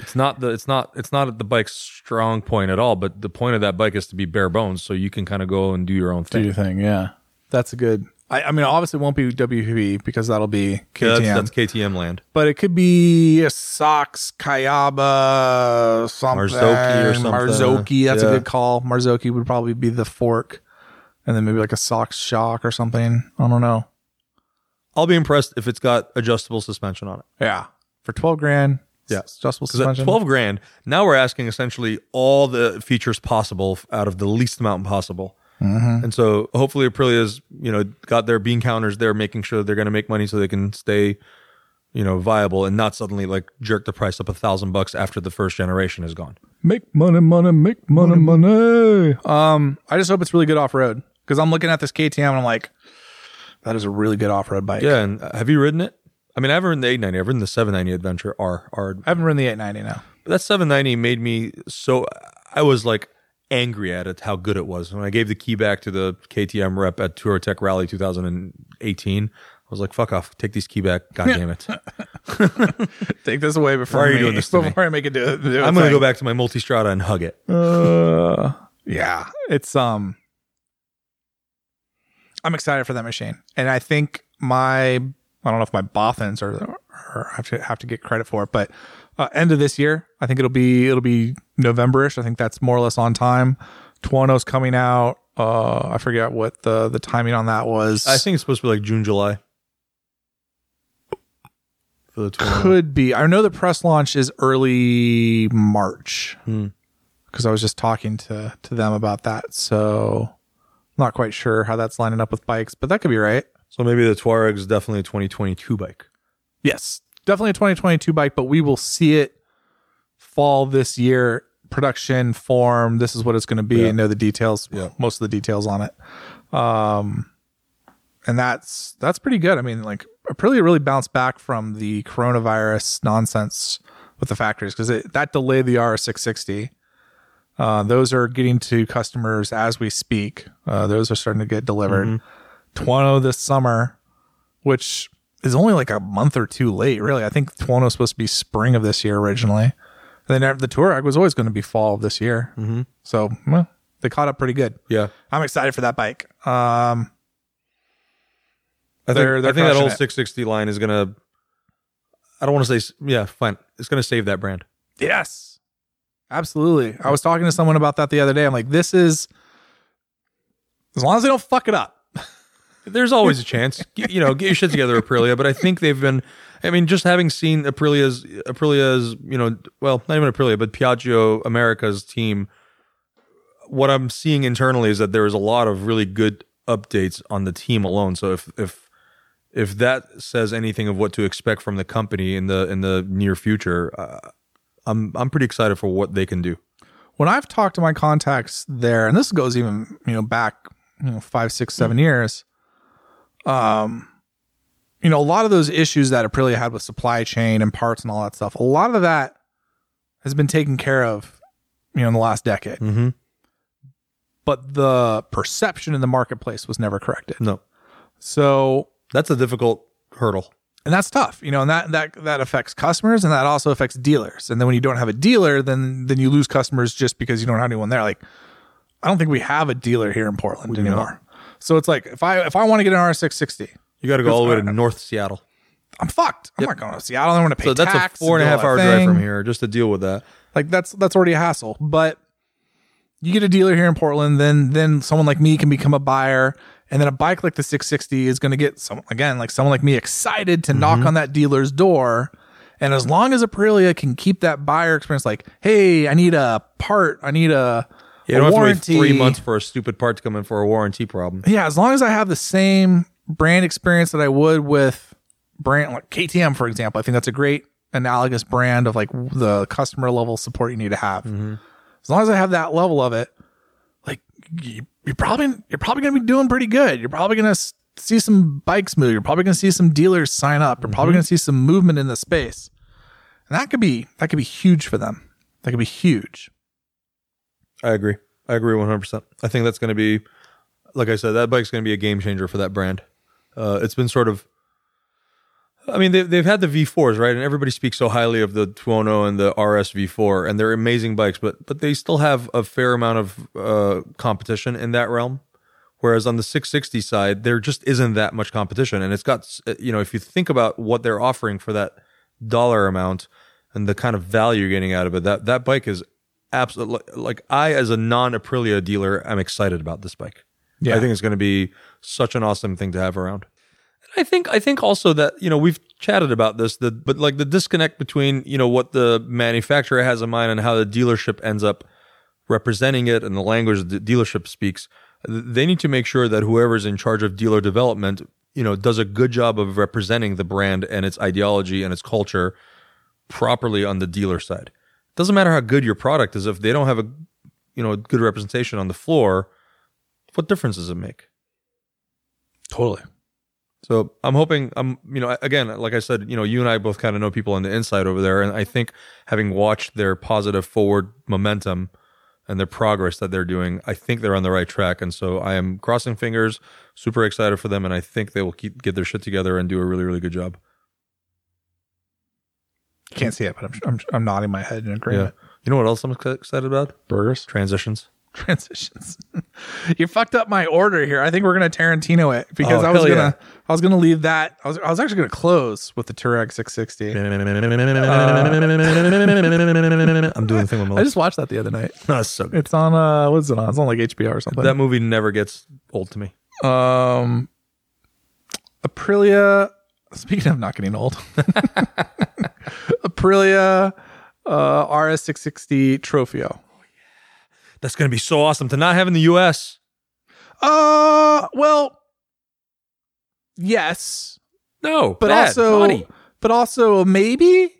It's not the it's not it's not the bike's strong point at all. But the point of that bike is to be bare bones, so you can kind of go and do your own thing.
thing, yeah. That's a good. I, I mean, obviously, it won't be WPP because that'll be KTM.
Yeah, that's, that's KTM land.
but it could be a Sox, Kayaba, something.
Marzocchi or something.
Marzoki, that's
Yeah.
a good call. Marzoki would probably be the fork. And then maybe like a Sox shock or something. I don't know.
I'll be impressed if it's got adjustable suspension on it.
Yeah. For 12 grand.
Yeah.
s- Adjustable
Because
suspension.
at 12 grand, now we're asking essentially all the features possible f- out of the least amount possible. And so hopefully Aprilia's, you know, got their bean counters there, making sure that they're going to make money so they can stay, you know, viable and not suddenly like jerk the price up a thousand bucks after the first generation is gone.
Make money, money, make money, money. Um, I just hope it's really good off road because I'm looking at this KTM and I'm like, that is a really good off road bike.
Yeah. And uh, have you ridden it? I mean, I haven't ridden the 890. I've ridden the 790 Adventure R. R
I haven't ridden the 890 now.
But that 790 made me so I was like angry at it how good it was. When I gave the key back to the KTM rep at Tour Tech Rally 2018, I was like, "Fuck off! Take these key back! God damn it!
Take this away before
Why are you
me-
doing this to me?
before I make it do, do
I'm gonna go back to my Multistrada and hug it."
Uh, yeah, it's um, I'm excited for that machine, and I think my I don't know if my boffins are, are have to have to get credit for it, but uh, end of this year, I think it'll be it'll be Novemberish. I think that's more or less on time. Tuono's coming out. Uh, I forget what the the timing on that was.
I think it's supposed to be like June, July for the Tour.
could be. I know the press launch is early March
Hmm.
because I was just talking to to them about that. So not quite sure how that's lining up with bikes, but that could be right.
So maybe the Tuareg is definitely a 2022 bike.
Yes, definitely a 2022 bike, but we will see it fall this year. Production form. This is what it's going to be. I know the details.
Yeah.
most of the details on it. Um, and that's that's pretty good. I mean, like Aprilia really bounced back from the coronavirus nonsense with the factories because that delayed the R660. Uh, those are getting to customers as we speak. Uh, those are starting to get delivered. Tuono this summer, which is only like a month or two late, really. I think Tuono was supposed to be spring of this year originally. And then the Touareg was always going to be fall of this year. Mm-hmm. So well, they caught up pretty good.
Yeah,
I'm excited for that bike. Um,
I
They're-
think,
they're
I think that
crushing
whole
it.
660 line is gonna. I don't want to say s- yeah, fine. It's gonna save that brand.
yes, absolutely. I was talking to someone about that the other day. I'm like, this is as long as they don't fuck it up.
There's always a chance, Get- you know, get your shit together, Aprilia. But I think they've been, I mean, just having seen Aprilia's, Aprilia's, you know, well, not even Aprilia, but Piaggio America's team. What I'm seeing internally is that there is a lot of really good updates on the team alone. So if if if that says anything of what to expect from the company in the in the near future, uh, I'm I'm pretty excited for what they can do.
when I've talked to my contacts there, and this goes even you know back you know five, six, seven years, um, you know a lot of those issues that Aprilia had with supply chain and parts and all that stuff, a lot of that has been taken care of, you know, in the last decade.
Mm-hmm.
But the perception in the marketplace was never corrected.
No,
So
that's a difficult hurdle.
and that's tough you know and that that that affects customers and that also affects dealers and then when you don't have a dealer then then you lose customers just because you don't have anyone there like i don't think we have a dealer here in portland
do not.
anymore so it's like if i if i want to get an r660
You got to go all the way to North Seattle.
i'm fucked i'm not going to seattle i want to pay
So that's a
tax
four and a
do all
half
that
hour drive
thing.
from here just to deal with that.
like that's that's already a hassle but you get a dealer here in portland then then someone like me can become a buyer and then a bike like the 660 is going to get some again like someone like me excited to
Mm-hmm.
knock on that dealer's door and as long as aprilia can keep that buyer experience like hey i need a part i need a, a
You don't have to
warranty
wait three months for a stupid part to come in for a warranty problem.
yeah, as long as I have the same brand experience that I would with brand like KTM, for example, I think that's a great analogous brand of like the customer level support you need to have. As long as I have that level of it, like you, you're probably you're probably gonna be doing pretty good. You're probably gonna s- see some bikes move. You're probably gonna see some dealers sign up. You're probably gonna see some movement in the space, and that could be that could be huge for them. That could be huge.
I agree. I agree 100%. I think that's going to be, like I said, that bike's going to be a game changer for that brand. Uh, it's been sort of, I mean, they've, they've had the V4s, right? And everybody speaks so highly of the Tuono and the RS V4, and they're amazing bikes, but, but they still have a fair amount of uh, competition in that realm. Whereas on the 660 side, there just isn't that much competition, and it's got s- uh, you know if you think about what they're offering for that dollar amount and the kind of value you're getting out of it, that that bike is absolutely like I as a non Aprilia dealer, I'm excited about this bike.
Yeah.
I think it's going to be such an awesome thing to have around. I think I think also that you know we've chatted about this, the, but like the disconnect between you know what the manufacturer has in mind and how the dealership ends up representing it and the language the dealership speaks. th- They need to make sure that whoever's in charge of dealer development, you know, does a good job of representing the brand and its ideology and its culture properly on the dealer side. It doesn't matter how good your product is if they don't have a you know good representation on the floor. What difference does it make?
Totally.
So I'm hoping I'm you know again like I said you know you and I both kind of know people on the inside over there and I think having watched their positive forward momentum and their progress that they're doing I think they're on the right track and so I am crossing fingers super excited for them and I think they will keep get their shit together and do a really really good job.
Can't see it, but I'm, I'm, I'm nodding my head in
Yeah.
agreement.
You know what else I'm exci- excited about?
Burgers.
Transitions.
Transitions. you fucked up my order here. I think we're gonna Tarantino it because
Oh,
I was
hell yeah.
gonna I was gonna leave that. I was, I was actually gonna close with the Turek
Uh,
660.
I'm doing the thing with my
I
lips.
just watched that the other night.
That's so good.
It's on uh what's it on? It's on like HBO or something.
That movie never gets old to me.
Um, Aprilia. Speaking of not getting old, Aprilia uh, RS660 Trofeo.
That's going to be so awesome to not have in the US.
Uh, well, yes,
No,
but
bad,
also,
naughty.
but also maybe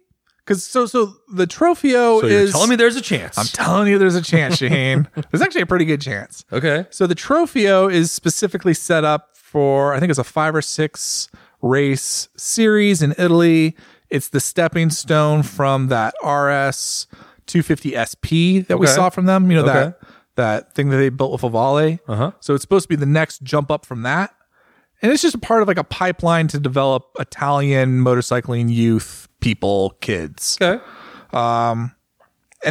because so so the Trofeo
so
is.
you're telling me there's a chance.
I'm telling you, there's a chance, Shaheen. there's actually a pretty good chance.
okay.
So the Trofeo is specifically set up for, I think it's a five or six race series in Italy. It's the stepping stone from that RS 250 SP that we
Okay.
saw from them. You know,
Okay.
that, that thing that they built with Favale.
Uh huh.
So it's supposed to be the next jump up from that. And it's just a part of like a pipeline to develop Italian motorcycling youth people, kids
Okay.
and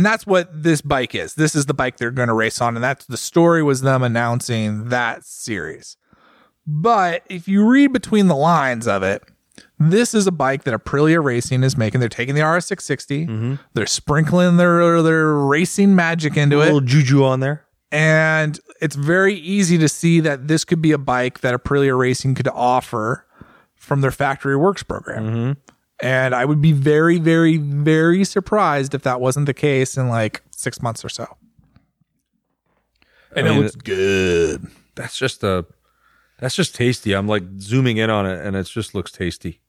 that's what this bike is. This is the bike they're going to race on, and that's the story was them announcing that series. But if you read between the lines of it, this is a bike that Aprilia Racing is making. They're taking the RS660, they're sprinkling their their racing magic into it,
A little juju on there.
and it's very easy to see that this could be a bike that Aprilia Racing could offer from their factory works program. And I would be very, very, very surprised if that wasn't the case in like six months or so. And
I
it
mean,
looks good.
That's just a. That's just tasty. I'm like zooming in on it, and it just looks tasty.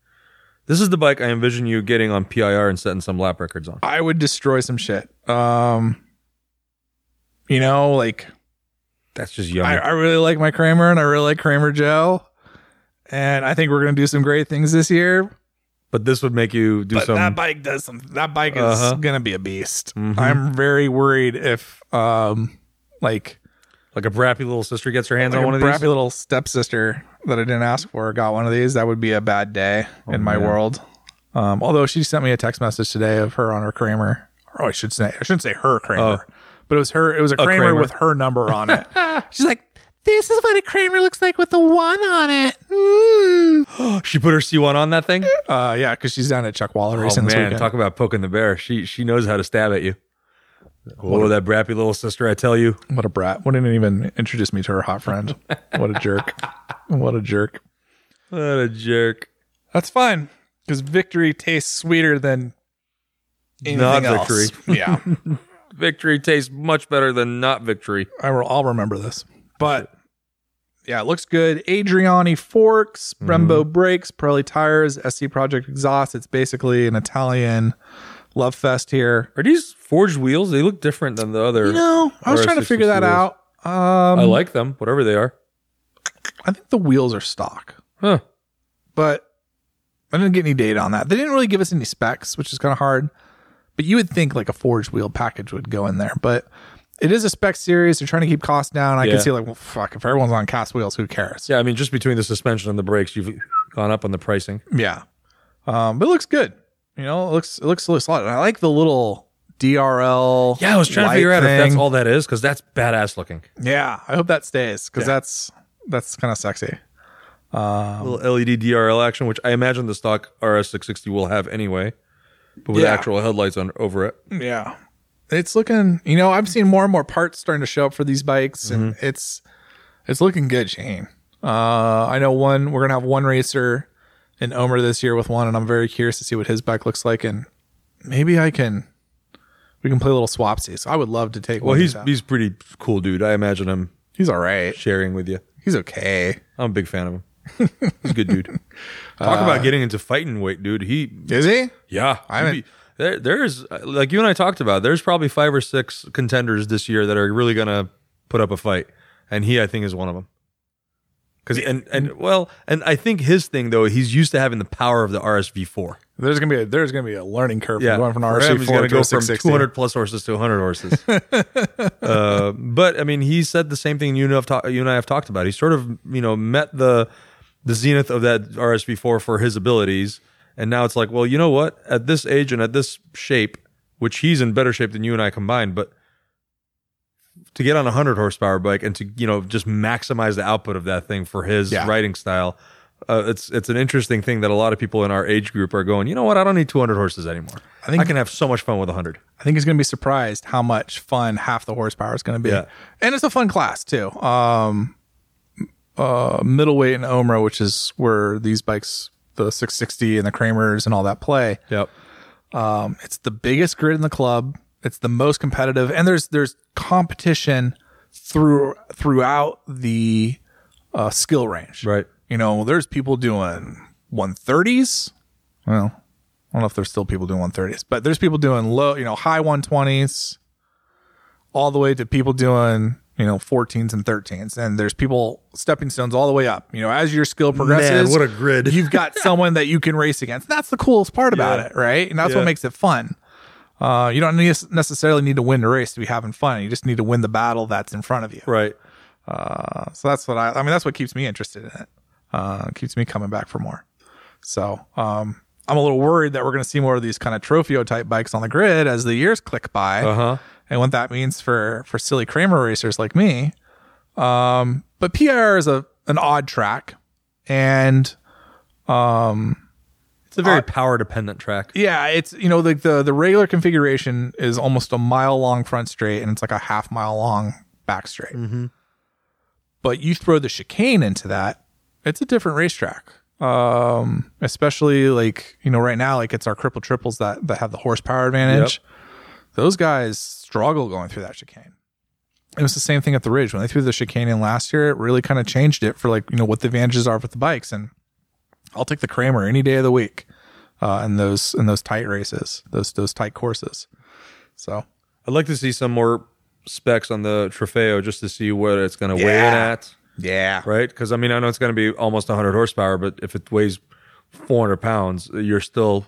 This is the bike I envision you getting on PIR and setting some lap records on.
I would destroy some shit. Um, you know, like
That's just yummy.
I, I really like my Kramer and I really like Kramer Joe. And I think we're gonna do some great things this year.
but this would make you do
but
some.
that bike does some that bike is
Uh-huh.
gonna be a beast
Mhm.
i'm very worried if um like,
like a brappy little sister gets her hands
like
on one
a
of
brappy
these.
little stepsister that i didn't ask for got one of these that would be a bad day in my
Oh, man.
world um although she sent me a text message today of her on her kramer or i should say i shouldn't say her kramer but it was her it was a kramer,
Oh. Kramer.
with her number on it she's like this is what a kramer looks like with the one on it Mm.
She put her C1 on that thing.
uh yeah because she's down at chuck waller
Oh
racing this
man,
weekend.
talk about poking the bear. She she knows how to stab at you. Oh, that brappy little sister! I tell you.
What a brat. Wouldn't even introduce me to her hot friend. What a jerk. What a jerk.
What a jerk.
That's fine because victory tastes sweeter than anything
Not
else.
victory.
Yeah.
Victory tastes much better than not victory.
I will, I'll remember this. But yeah, it looks good. Adriani forks, Brembo brakes, Pirelli tires, SC Project exhaust. It's basically an Italian love fest here.
Are these forged wheels? They look different than the other.
You know, I was
RS
trying to figure that
wheels.
out.
I
Um,
like them, whatever they are.
I think the wheels are stock.
Huh.
but I didn't get any data on that. They didn't really give us any specs, which is kind of hard. But you would think like a forged wheel package would go in there, but it is a spec series. They're trying to keep costs down. I
Yeah.
can see like, well, fuck, if everyone's on cast wheels, who cares?
Yeah, I mean, just between the suspension and the brakes, you've gone up on the pricing.
Yeah. Um, but it looks good. You know, it looks it looks really solid. And I like the little DRL.
Yeah, I was trying to
light
figure out if that's
thing.
all that is because that's badass looking.
Yeah, I hope that stays because that's that's kind of sexy.
Um, little E LED DRL action, which I imagine the stock RS660 will have anyway, but with
Yeah.
actual headlights on over it.
Yeah. It's looking, you know, I've seen more and more parts starting to show up for these bikes and
Mm-hmm.
it's it's looking good, Shane. Uh I know one we're going to have one racer in Omer this year with one and I'm very curious to see what his bike looks like and maybe I can we can play a little swapsies. I would love to take
Well,
one. of
he's
them.
he's pretty cool, dude. I imagine him
he's all right.
sharing with you.
He's okay.
I'm a big fan of him. He's a good dude. Uh, Talk about getting into fighting weight, dude. He
Is he?
Yeah, I
haven't-
mean, there there's like you and I talked about. There's probably five or six contenders this year that are really gonna put up a fight, and he I think is one of them. Because and and well, and I think his thing though, he's used to having the power of the RSV4.
There's going to be a there's going to be a learning curve
Yeah,
from going from
For him,
RC4
he's
to
gonna
go
go from 200 plus horses to 100 horses. uh, but I mean, he said the same thing you and, I have ta- you and I have talked about. He sort of you know met the the zenith of that RSV4 for his abilities, and now it's like, well, you know what? At this age and at this shape, which he's in better shape than you and I combined, but to get on a 100 horsepower bike and to you know just maximize the output of that thing for his
Yeah.
riding style. Uh, it's it's an interesting thing that a lot of people in our age group are going. You know what? I don't need 200 horses anymore. I
think-
think I can have so much fun with 100.
I think he's going to be surprised how much fun half the horsepower is going to be.
Yeah.
And it's a fun class too. Um, uh, middleweight and Omra, which is where these bikes, the 660 and the Kramers and all that play. Um,
Yep.
It's the biggest grid in the club. It's the most competitive, and there's there's competition through throughout the uh, skill range.
Right.
You know, there's people doing 130s. Well, I don't know if there's still people doing 130s, but there's people doing low, you know, high 120s, all the way to people doing you know 14s and 13s, and there's people stepping stones all the way up. You know, as your skill progresses,
what a grid.
You've got someone that you can race against. That's the coolest part about
Yeah.
it, right? And that's what
Yeah.
makes it fun. Uh, you don't ne- necessarily need to win the race to be having fun. You just need to win the battle that's in front of you.
Right.
So that's what I, I mean, that's what keeps me interested in it. Uh, keeps me coming back for more. So, um, I'm a little worried that we're going to see more of these kind of Trofeo type bikes on the grid as the years click by
Uh huh.
and what that means for, for silly Kramer racers like me. Um, but PIR is a, an odd track and
It's a very power dependent track.
yeah, it's, you know, like the, the regular configuration is almost a mile long front straight and it's like a half mile long back straight. but you throw the chicane into that, it's a different racetrack. Um, especially like you know, right now, like it's our cripple triples that that have the horsepower advantage. Those guys struggle going through that chicane. It was the same thing at the ridge when they threw the chicane in last year. It really kind of changed it for like you know what the advantages are with the bikes, and I'll take the Kramer any day of the week uh, in those in those tight races, those those tight courses. So
I'd like to see some more specs on the Trofeo just to see what it's going to weigh in
Yeah.
at.
yeah,
Right. Because I mean, I know it's going to be almost 100 horsepower, but if it weighs 400 pounds, you're still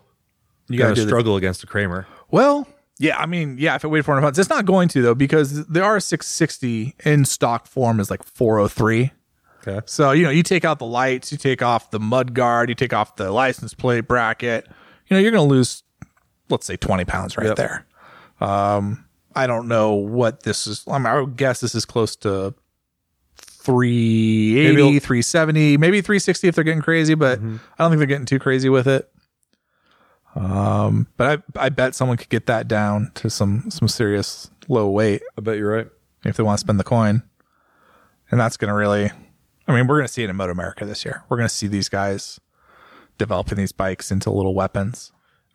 you
gotta
got to
do the-
struggle against a Kramer.
Well, yeah, I mean, yeah, if it weighed 400 pounds, it's not going to though because the R660 in stock form is like 403.
Okay.
So you know, you take out the lights, you take off the mud guard, you take off the license plate bracket. You know, you're going to lose, let's say, 20 pounds right
Yep.
there. Um, I don't know what this is. I mean, I would guess this is close to 380,
Maybe it'll- Mm-hmm.
370, maybe 360 if they're getting crazy, but I don't think they're getting too crazy with it. Um, but I, I bet someone could get that down to some some serious low weight
I bet you're right.
if they want to spend the coin. And that's going to really, I mean, we're going to see it in Moto America this year. We're going to see these guys developing these bikes into little weapons.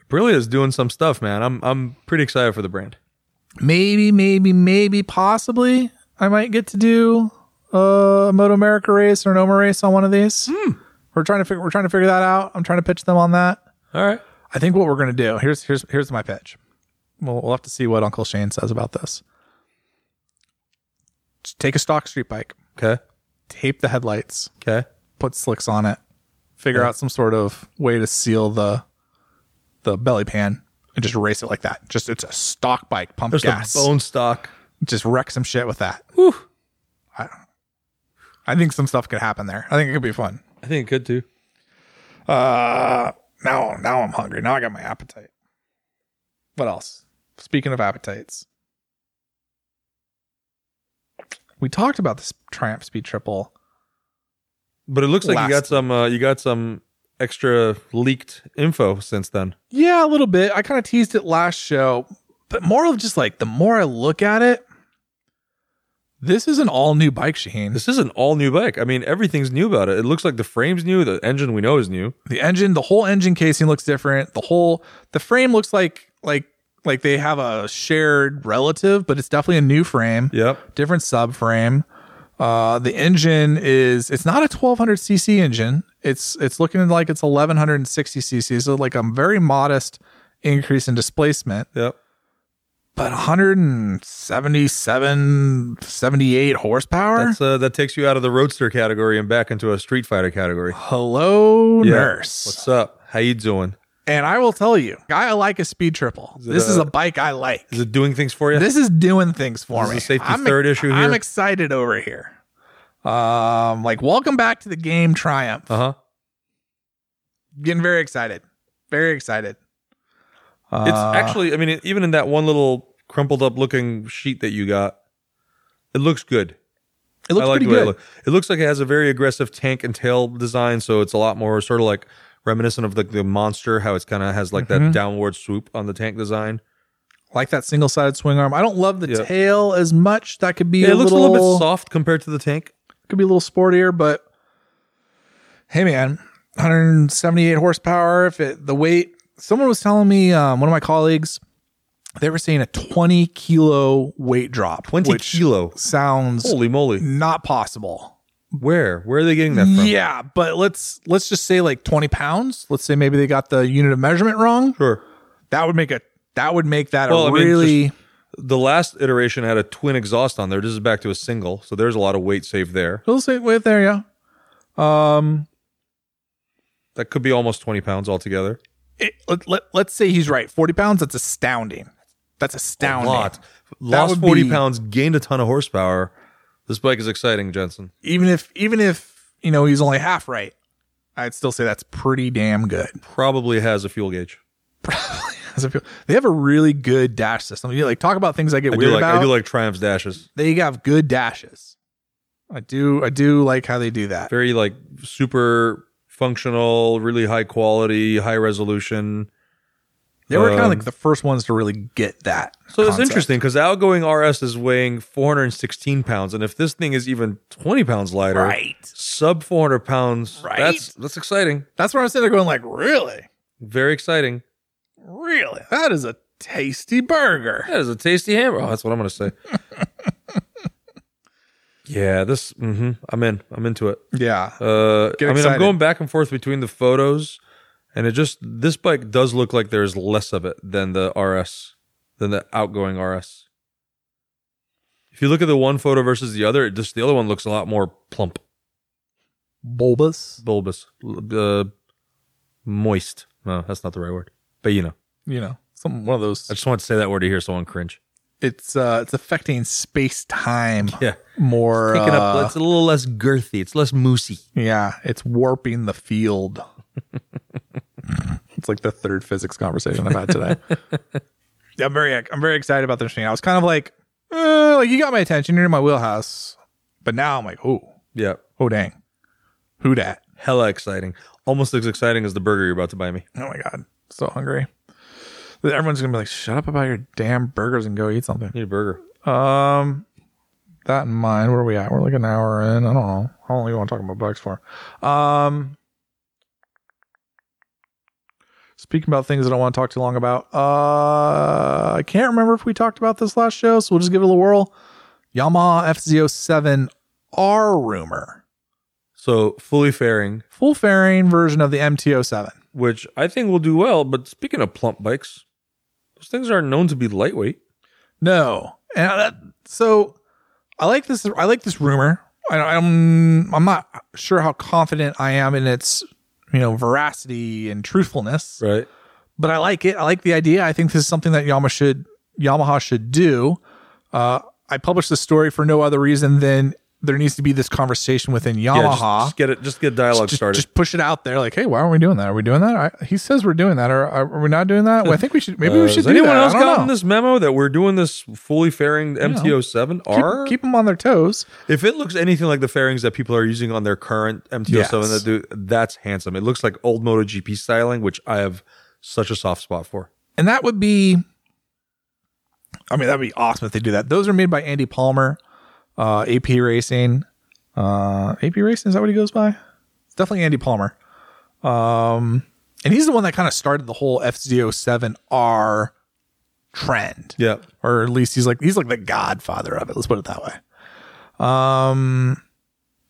Aprilia is doing some stuff, man. I'm I'm pretty excited for the brand.
Maybe, maybe, maybe, possibly, I might get to do a Moto America race or an OMA race on one of these. We're trying to figure, we're trying to figure that out. I'm trying to pitch them on that.
All right.
I think what we're going to do here's here's here's my pitch. We'll, we'll have to see what Uncle Shane says about this. Just take a stock street bike,
Okay.
tape the headlights,
Okay.
put slicks on it, figure out some sort of way to seal the the belly pan, and just race it like that. Just it's a stock bike, pump
There's
gas,
the bone stock.
just wreck some shit with that.
Whew.
I think some stuff could happen there. I think it could be fun.
I think it could too.
Uh, now now I'm hungry. Now I got my appetite. What else? Speaking of appetites, we talked about this Triumph Speed Triple
But it looks like you
Last-
got some uh, you got some extra leaked info since then.
Yeah, a little bit. I kind of teased it last show, but more of just like the more I look at it, this is an all new bike, Shaheen.
This is an all new bike. I mean, everything's new about it. It looks like the frame's new, the engine we know is new.
The engine, the whole engine casing looks different. The whole the frame looks like like like they have a shared relative, but it's definitely a new frame,
Yep.
different subframe. Uh, the engine is it's not a 1200 cc engine. It's it's looking like it's 1160 cc, so like a very modest increase in displacement.
Yep.
but 177 78 horsepower
That's uh, that takes you out of the roadster category and back into a street fighter category.
hello
Yeah.
nurse
What's up? How you doing?
and i will tell you i like a speed triple
it
this is
a-
a bike i like
Is it doing things for you?
this is doing things for
This is
me
a safety
I'm-
third issue
i'm
here?
excited over here um like welcome back to the game triumph
uh huh.
getting very excited very excited
It's
Uh,
actually, I mean, it- even in that one little crumpled up looking sheet that you got, it looks good.
it looks
I like
pretty
the way
good
it looks. It looks like it has a very aggressive tank and tail design, so it's a lot more sort of like reminiscent of like the monster, how it's kind of has like that
Mhm.
downward swoop on the tank design.
like that single-sided swing arm i don't love the
Yeah.
tail as much that could be
Yeah,
a
it looks
little,
a little bit soft compared to the tank.
could be a little sportier, but hey, man, 178 horsepower. If it the weight, someone was telling me, um, one of my colleagues, they were saying a 20 kilo weight drop.
20
which
kilo.
sounds
Holy moly!
not possible.
Where where are they getting that from?
Yeah, but let's let's just say like 20 pounds. Let's say maybe they got the unit of measurement wrong.
Sure.
That would make a that would make that
Well, I
a
mean,
really
The last iteration had a twin exhaust on there. This is back to a single, so there's a lot of weight saved there.
we'll say wait there, yeah. Um,
That could be almost 20 pounds altogether.
it, let, let, let's say he's right. 40 pounds, that's astounding. That's astounding.
A lot. Lost
would
40
be-
pounds, gained a ton of horsepower. This bike is exciting, Jensen.
Even if even if, you know, he's only half right, I'd still say that's pretty damn good.
Probably has a fuel gauge.
As I feel- they have a really good dash system. You like talk about things I get
I do
weird
like
about.
I do like Triumph's dashes.
they have good dashes. I do I do like how they do that.
Very like super functional, really high quality, high resolution.
They were kind of
Um,
like the first ones to really get that.
So it's
concept.
interesting because outgoing RS is weighing 416 pounds, and if this thing is even 20 pounds lighter,
Right.
sub 400 pounds,
Right.
that's that's exciting.
That's where I'm sitting there going like, really?
Very exciting.
Really? That is a tasty burger.
That is a tasty hamburger. Oh, that's what I'm going to say. yeah, this. hmm I'm in. I'm into it.
Yeah.
Uh, I
Get
mean, I'm
excited.
going back and forth between the photos, and it just this bike does look like there's less of it than the RS, than the outgoing RS. If you look at the one photo versus the other, it just the other one looks a lot more plump,
Bulbous.
bulbous, l- uh, moist. No, that's not the right word, but you know,
You know, some one of those
I just wanted to say that word to hear someone cringe.
it's uh it's affecting space time
Yeah,
more
picking
uh,
up. It's a little less girthy. It's less moosey.
yeah it's warping the field it's like the third physics conversation i've had today Yeah, i'm very i'm very excited about this thing i was kind of like eh, like you got my attention you're in my wheelhouse but now i'm like oh
Yeah,
oh dang who dat
hella exciting. Almost as exciting as the burger you're about to buy me.
oh my god so hungry everyone's gonna be like shut up about your damn burgers and go eat something
need a burger.
Um, that in mind, where are we at? We're like an hour in. I don't know how long do you want to talk about bikes for. Um, speaking about things that I don't want to talk too long about. Uh, I can't remember if we talked about this last show, so we'll just give it a whirl. Yamaha FZ07 R rumor,
So fully fairing,
full fairing version of the MT07.
which I think will do well. But speaking of plump bikes, those things aren't known to be lightweight.
No, and I, that- so I like this. I like this rumor. I, I'm I'm not sure how confident I am in its you know veracity and truthfulness,
Right.
but I like it. I like the idea. I think this is something that Yamaha should Yamaha should do. Uh, I published this story for no other reason than there needs to be this conversation within Yamaha.
Yeah, just, just get it. Uh-huh. Just get dialogue
just,
started.
just push it out there. Like, hey, why aren't we doing that? Are we doing that? I, he says we're doing that. Are, are we not doing that? Well, I think we should. Maybe we
Uh, Has
should do
anyone
that.
else
I don't
gotten
know.
this memo that we're doing this fully fairing MTO7 R?
Keep, keep them on their toes.
if it looks anything like the fairings that people are using on their current MTO7
Yes.
that do, that's handsome. It looks like old MotoGP styling, which I have such a soft spot for.
And that would be. I mean, that'd be awesome if they do that. Those are made by Andy Palmer, uh, AP Racing. Uh, AP Racing is that what he goes by? It's definitely Andy Palmer. Um, and he's the one that kind of started the whole F07R trend.
Yeah.
or at least he's like he's like the godfather of it. Let's put it that way. Um,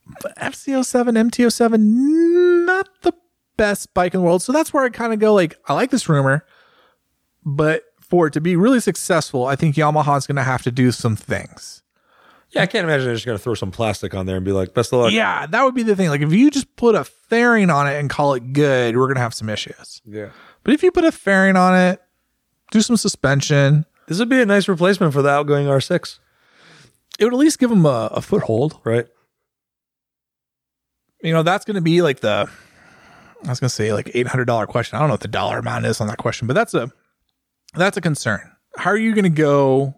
oh but FCO7, MTO7, not the best bike in the world. So that's where I kind of go like I like this rumor, but for it to be really successful, I think Yamaha's going to have to do some things.
Yeah, I can't imagine they're just going to throw some plastic on there and be like, best of luck.
Yeah, that would be the thing. Like if you just put a fairing on it and call it good, we're going to have some issues.
yeah.
But if you put a fairing on it, do some suspension,
This would be a nice replacement for the outgoing R6,
it would at least give them a, a foothold.
right?
you know that's going to be like the i was going to say like $800 question i don't know what the dollar amount is on that question but that's a that's a concern how are you going to go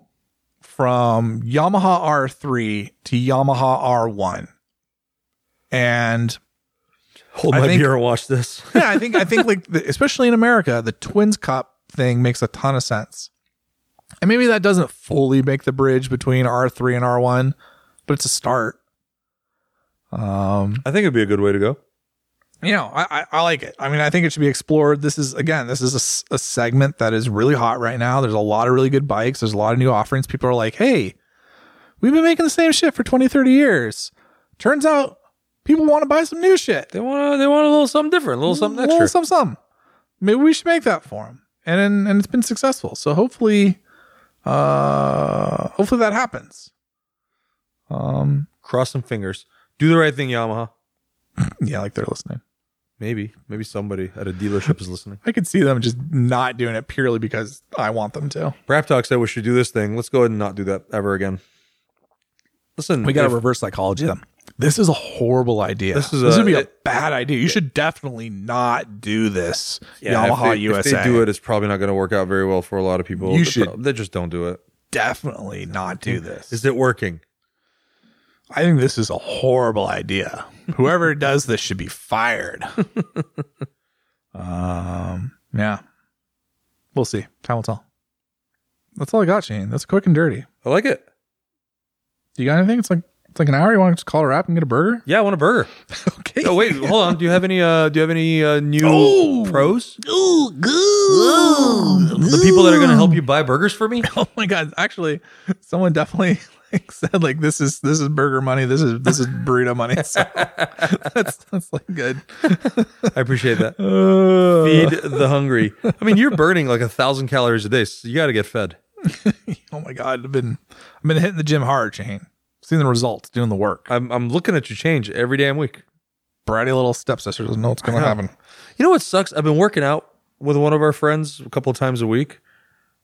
from yamaha r3 to yamaha r1 and
Hold
I
my
think-
beer and watch this.
yeah i think i think like the, especially in america the twins cup thing makes a ton of sense and maybe that doesn't fully make the bridge between r3 and r1 but it's a start um
I think it'd be a good way to go.
you know, I, I, I like it. I mean, I think it should be explored. This is again, this is a s- a, segment that is really hot right now. There's a lot of really good bikes. There's a lot of new offerings. People are like, hey, we've been making the same shit for 20, 30 years. Turns out people want to buy some new shit.
They want to. They want a little something different, a little something
Mm, Well,
extra.
some, some. Maybe we should make that for them. And, and and it's been successful. So hopefully, uh, hopefully that happens. Um,
Cross some fingers. Do the right thing, Yamaha.
yeah, like they're listening.
Maybe, maybe somebody at a dealership is listening.
I could see them just not doing it purely because I want them to.
Rap Talk said we should do this thing. Let's go ahead and not do that ever again. Listen,
We got to
if-
reverse psychology them. This is a horrible idea.
This is
this
a-
would be a
it-
bad idea. You should definitely not do this,
yeah, if
Yamaha
they,
USA.
If they do it, it's probably not going to work out very well for a lot of people.
You
They
should-
pro- They just don't do it.
Definitely not do this.
Is it working?
I think this is a horrible idea. Whoever does this should be fired. um, yeah, we'll see. Time will tell. That's all I got, Shane. That's quick and dirty.
I like it.
You got anything? It's like it's like an hour. You want to just call her up and get a burger?
Yeah, I want a burger.
Okay.
Oh wait, hold on. Do you have any? Uh, do you have any uh, new
Oh!
pros?
Ooh,
The people that are going to help you buy burgers for me?
Oh my god! Actually, someone definitely like, said like this is this is burger money. This is this is burrito money. So that's that's like good.
I appreciate that.
Uh,
Feed the hungry. I mean, you're burning like a thousand calories a day, so you got to get fed.
Oh my god! I've been I've been hitting the gym hard, Shane. Seeing the results, doing the work.
I'm I'm looking at you change every damn week.
Bratty little stepsister doesn't know what's going to happen.
You know what sucks? I've been working out with one of our friends a couple of times a week.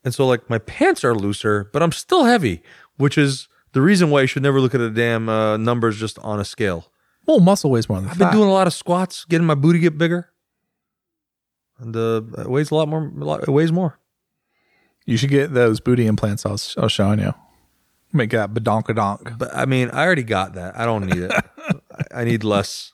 And so like my pants are looser, but I'm still heavy, which is the reason why you should never look at a damn uh, numbers just on a scale.
Well, muscle weighs more than
I've
fat.
been doing a lot of squats, getting my booty get bigger. And uh, it weighs a lot more a lot, it weighs more.
you should get those booty implants. I was, I was showing you. Make that badonkadonk.
But I mean, I already got that. I don't need it. I- I need less.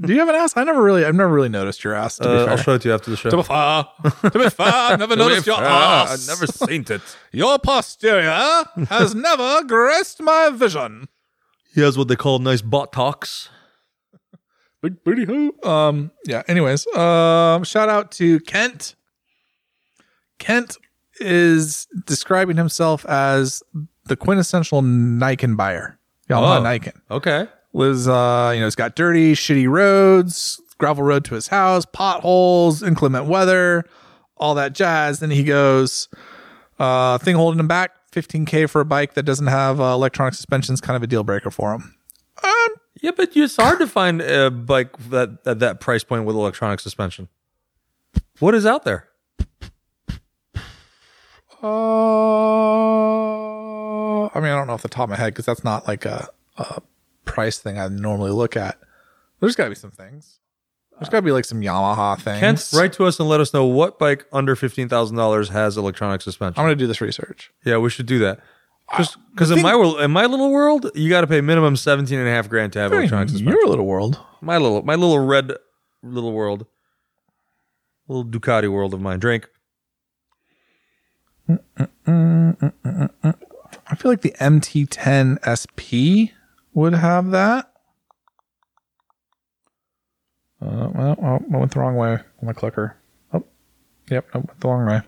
Do you have an ass? I never really, I've never really noticed your ass. To be
Uh,
fair.
I'll show it to you after the show.
To be fair, to be fair, I've never noticed your
Ah,
ass.
I've never seen it.
Your posterior has never graced my vision.
He has what they call nice butt talks.
Big booty hoo. Um, yeah. Anyways, um, shout out to Kent. Kent is describing himself as the quintessential Nikon buyer. Yamaha
Oh.
Nikon
Okay.
was, uh, you know, it's got dirty, shitty roads, gravel road to his house, potholes, inclement weather, all that jazz. Then he goes, uh, thing holding him back, 15K for a bike that doesn't have uh, electronic suspensions, kind of a deal breaker for him. Um,
Yeah, but it's hard to find a bike that at that price point with electronic suspension. What is out there?
Uh, I mean, I don't know off the top of my head because that's not like a, a price thing I normally look at. There's got to be some things. There's got to be like some Yamaha things.
Kent, write to us and let us know what bike under fifteen thousand dollars has electronic suspension.
I'm gonna do this research.
yeah, we should do that. Just because in my world, in my little world, you got to pay minimum seventeen and a half grand to have electronic suspension.
Your little world.
My little, my little red, little world, little Ducati world of mine. Drink.
I feel like the MT10 SP would have that. Uh, well, oh, I went the wrong way on my clicker. Oh, yep, I went the wrong way.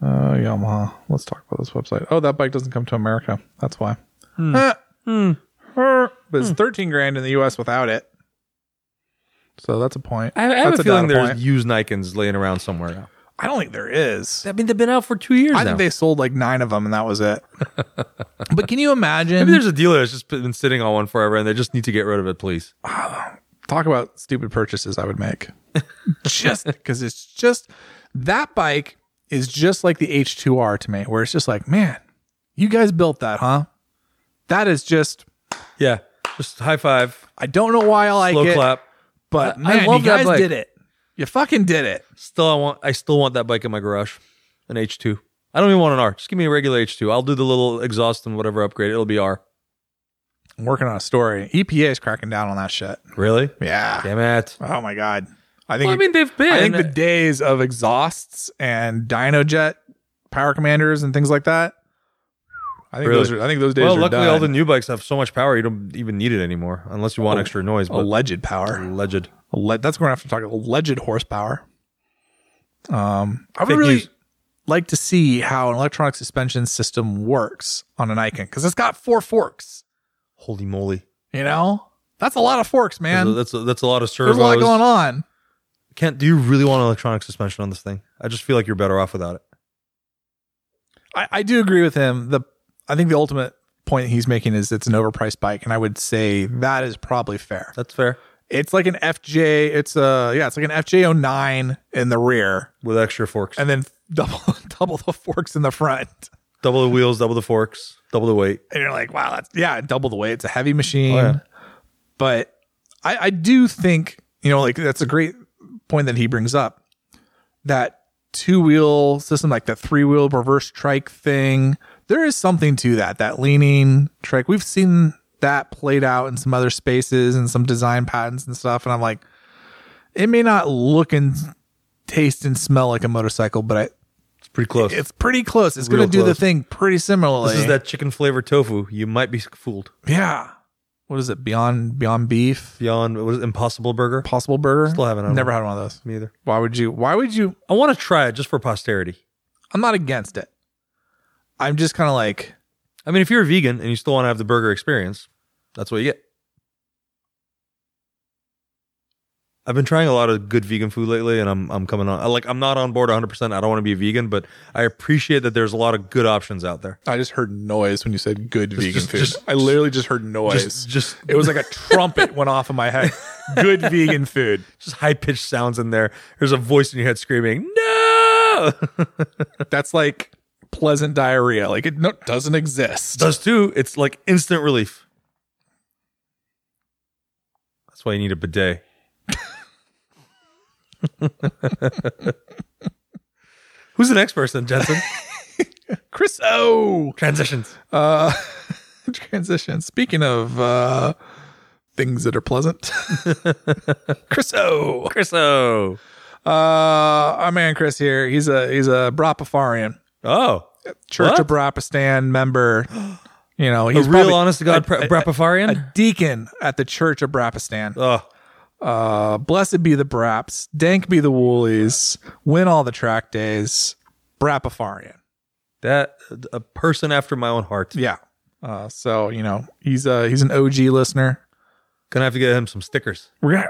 Uh, Yamaha. Let's talk about this website. Oh, that bike doesn't come to America. That's why. Ah. Ah. But it's 13 grand in the US without it. So that's a point.
I, I have
that's
a feeling
data
there's
point.
used Nikons laying around somewhere. Now.
I don't think there is.
I mean, they've been out for two years
I think they sold like nine of them and that was it. but can you imagine?
Maybe there's a dealer that's just been sitting on one forever, and they just need to get rid of it, please.
talk about stupid purchases I would make. just because it's just that bike is just like the H2R to me, where it's just like, man, you guys built that, huh? That is just,
Yeah, just high five,
I don't know why I like
slow
it,
clap.
but
I- I
man,
love
you
that
guys
bike.
did it. You fucking did it.
Still, I want. I still want that bike in my garage, an H two. I don't even want an R. Just give me a regular H two. I'll do the little exhaust and whatever upgrade. It'll be R.
I'm working on a story. EPA is cracking down on that shit.
Really?
Yeah.
Damn it.
Oh my god. I think
Well, I mean, they've been. Uh,
I think the days of exhausts and Dynojet power commanders and things like that. I think
Really?
those are, I think those days
well,
are
luckily,
done.
all the new bikes have so much power you don't even need it anymore, unless you want extra noise. But
alleged power.
alleged.
Ale- that's going to have to talk alleged horsepower. Um, I would
Fake
really
news.
like to see how an electronic suspension system works on an Icon because it's got four forks.
Holy moly!
You know, that's a lot of forks, man.
that's a, that's a lot of servos.
There's a lot going on.
Kent, do you really want electronic suspension on this thing? I just feel like you're better off without it.
I, I do agree with him. The I think the ultimate point he's making is it's an overpriced bike, and I would say that is probably fair.
That's fair.
It's like an FJ. It's a yeah. It's like an FJ 09 in the rear,
With extra forks,
and then double double the forks in the front.
double the wheels, double the forks, double the weight.
and you're like, wow, that's yeah, double the weight. It's a heavy machine.
Oh, yeah.
But I, I do think, you know, like that's a great point that he brings up. That two wheel system, like the three wheel reverse trike thing, there is something to that, that leaning trike. We've seen that played out in some other spaces and some design patents and stuff. And I'm like, it may not look and taste and smell like a motorcycle, but I,
It's pretty close.
it's pretty close. It's going
Real
to do the
close.
thing pretty similarly.
This is that chicken flavored tofu. You might be fooled.
Yeah. What is it? Beyond Beyond Beef,
Beyond what was it, Impossible Burger?
Possible Burger.
Still haven't had
Never had one of those.
Me either.
Why would you? Why would you?
I want to try it just for posterity.
I'm not against it. I'm just kind of like,
I mean, if you're a vegan and you still want to have the burger experience, that's what you get. I've been trying a lot of good vegan food lately, and I'm I'm coming on. Like I'm not on board 100. percent I don't want to be a vegan, but I appreciate that there's a lot of good options out there.
I just heard noise when you said good vegan
just-
food.
just-
I literally just heard noise.
Just just
it was like a trumpet went off in my head. Good vegan food.
just high pitched sounds in there. There's a voice in your head screaming, "No!"
That's like pleasant diarrhea. Like it no, doesn't exist.
Does too. It's like instant relief. That's why you need a bidet. Who's the next person, Jensen?
Chris O.
Transitions.
Uh, transition. Speaking of uh, things that are pleasant, Chris O.
Chris O.
Uh, our man Chris here. He's a he's a Brapafarian,
Oh,
Church
What?
of Brapistan member. You know,
a
he's
real
probably
honest to God pre- Brapafarian?
deacon at the Church of Brapistan.
Oh,
Uh, blessed be the Braps, dank be the Woolies, win all the track days, Brapafarian.
that a person after my own heart.
Yeah. Uh, so you know he's uh he's an OG listener.
Gonna have to get him some stickers.
We're gonna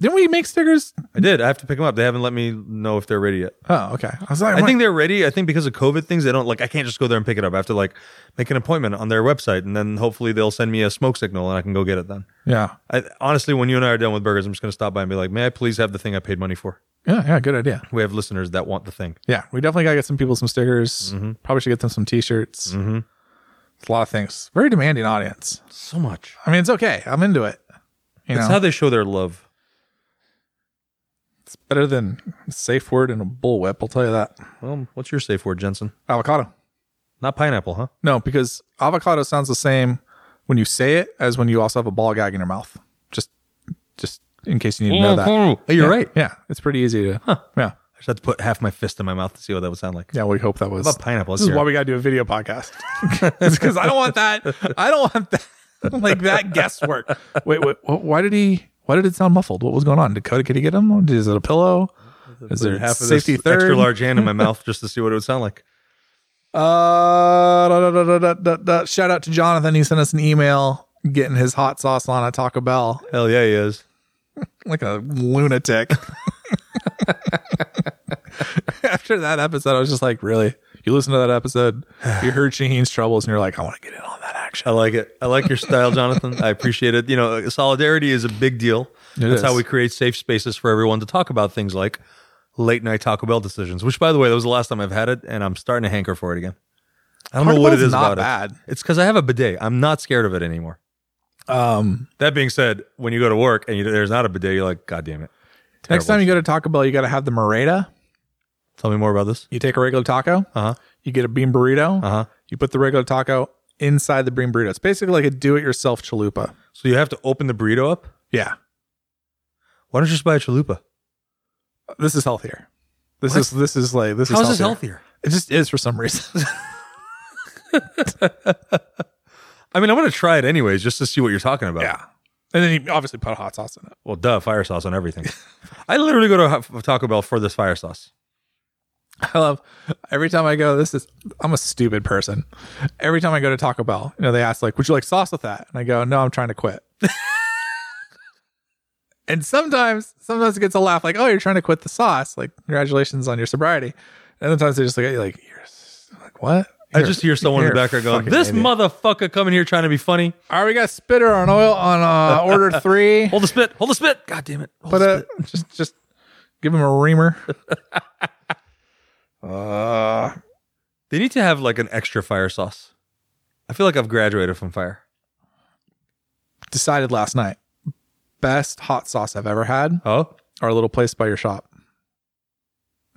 didn't we make stickers?
I did. I have to pick them up. They haven't let me know if they're ready yet.
Oh, okay. I was like,
I think they're ready. I think because of COVID things, they don't like. I can't just go there and pick it up. I have to like make an appointment on their website, and then hopefully they'll send me a smoke signal, and I can go get it then.
yeah,
I, honestly, when you and I are done with burgers, I'm just going to stop by and be like, "May I please have the thing I paid money for?"
yeah, yeah. Good idea.
We have listeners that want the thing.
Mm-hmm.
Mm-hmm.
Yeah, we definitely gotta get some people some stickers. Probably should get them some T-shirts. It's a lot of things. Very demanding audience.
So much.
I mean, it's okay. I'm into it. You
That's
know,
how they show their love.
it's better than a safe word and a bullwhip. I'll tell you that.
Well, what's your safe word, Jensen?
Avocado.
Not pineapple, huh?
No, because avocado sounds the same when you say it as when you also have a ball gag in your mouth. Just, just in case you need to know that.
Oh,
Mm-hmm. Yeah.
you're right. I
Yeah, it's pretty easy to. Yeah,
just had to put half my fist in my mouth to see what that would sound like.
yeah. We hope that was
What about pineapple?
This is why we gotta do a video podcast. it's because I don't want that. I don't want that. Like that guesswork. Wait, wait. wh- Why did he? Why did it sound muffled? What was going on? Did Coda Kitty get him? Is it a pillow? Is there half of safety third?
extra large hand in my mouth just to see what it would sound like.
Uh, da, da, da, da, da, da, da. shout out to Jonathan. He sent us an email getting his hot sauce on at Taco Bell
Hell yeah, he is.
like a lunatic. After that episode, I was just like, really? You listen to that episode, you heard Shaheen's troubles, and you're like, I want to get in on that action.
I like it. I like your style, Jonathan. I appreciate it. You know, solidarity is a big deal.
It
That's
is.
how we create safe spaces for everyone to talk about things like late night Taco Bell decisions. Which, by the way, that was the last time I've had it, and I'm starting to hanker for it again. I don't know what it is
not
about
bad.
it. It's because I have a bidet. I'm not scared of it anymore.
Um,
That being said, when you go to work and you, there's not a bidet, you're like, God damn it.
next time you go to Taco Bell, you got to have the Moreta.
Tell me more about this.
You take a regular taco,
Uh huh.
you get a bean burrito,
Uh huh.
you put the regular taco inside the bean burrito. It's basically like a do-it-yourself chalupa.
So you have to open the burrito up.
Yeah,
Why don't you just buy a chalupa?
this is healthier. This
What?
is this is like this
How
is
is this
healthier.
healthier?
It just is for some reason.
I mean, I'm going to try it anyways, just to see what you're talking about.
yeah, and then you obviously put hot sauce in it.
Well, duh, fire sauce on everything. I literally go to Ha- Taco Bell for this fire sauce.
I love every time I go. This is I'm a stupid person. Every time I go to Taco Bell, you know, they ask like, "Would you like sauce with that?" And I go, "No, I'm trying to quit." and sometimes, sometimes it gets a laugh, like, "Oh, you're trying to quit the sauce. Like, congratulations on your sobriety." And other times they just look at you like, "You're s- like what?"
I just hear someone in the
you're a
background going,
fucking
"This
idiot."
motherfucker coming here trying to be funny.
All right, we got spitter on oil on uh, order three.
Hold the spit. Hold the spit. God damn it. Hold
But
the
uh, just just give him a reamer. uh,
spit. They need to have like an extra fire sauce. I feel like I've graduated from fire.
decided last night. Best hot sauce I've ever had.
Oh,
Our little place by your shop.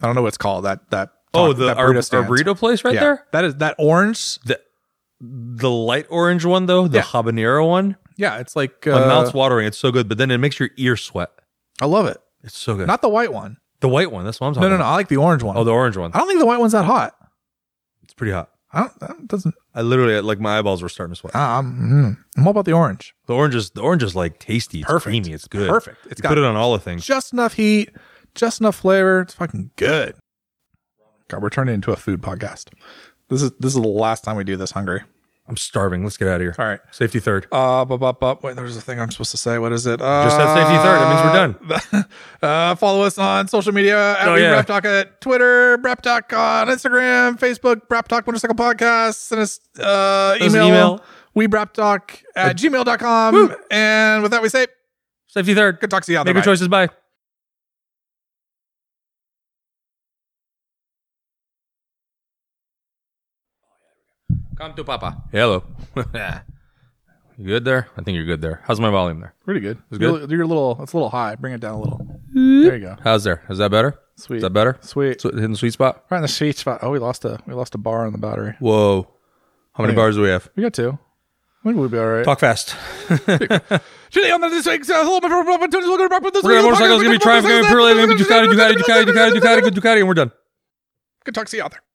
I don't know what it's called. That that
oh,
taco-
the
that
our, our
stand.
burrito place right
Yeah.
there.
That is that orange.
The the light orange one though, the
Yeah.
habanero one.
Yeah, it's like
My
uh,
mouth's watering. It's so good, but then it makes your ear sweat.
I love it.
It's so good.
Not the white one.
the white one. That's what I'm
No,
talking.
no, no. I like the orange one.
about. Oh, the orange one.
I don't think the white one's that hot.
It's pretty hot.
I don't. That doesn't.
I literally like my eyeballs were starting to sweat.
Uh, I'm, mm, I'm all about the orange.
The orange is the orange is like tasty. It's
Perfect.
creamy. It's good.
Perfect. It's
It's
got
put it on all the things.
just enough heat, just enough flavor. It's fucking good. God, we're turning into a food podcast. This is this is the last time we do this hungry.
I'm starving. Let's get out of here.
All right.
Safety third.
Uh, bu- bu- bu- wait, there's a thing I'm supposed to say. What is it? Uh,
Just have safety third. That means we're done.
means we're done. uh, follow us on social media at
Oh,
We
yeah.
Rap Talk at Twitter, Rap Talk on Instagram, Facebook, Rap Talk Motorcycle Podcast. Send us uh,
us an
email,
email.
We Rap Talk at gmail.com. And with that, we say
Safety third.
good talk to you out
Make
there.
your
Bye.
choices. Bye. Come to Papa. Hello. you good there? I think you're good there. How's my volume there?
Pretty good. It's
good?
You're, you're a little. It's a little high. Bring it down a little. There you go.
How's there? Is that better?
Sweet.
Is that better?
Sweet.
So, hitting the sweet spot.
Right in the sweet spot. Oh, we lost a we lost a bar on the battery.
Whoa. How many bars do we have?
We got two. I think we'll be all right.
Talk fast.
Today on the this week's uh, hello, my friend, Robin, Tony's welcome back with this
We're gonna
week's
motorcycles. Gonna be
podcast.
triumph. Gonna be Pirelli. Gonna be Ducati. Ducati. Ducati. Ducati. Ducati. Ducati. And we're done.
Good talk. See you out there.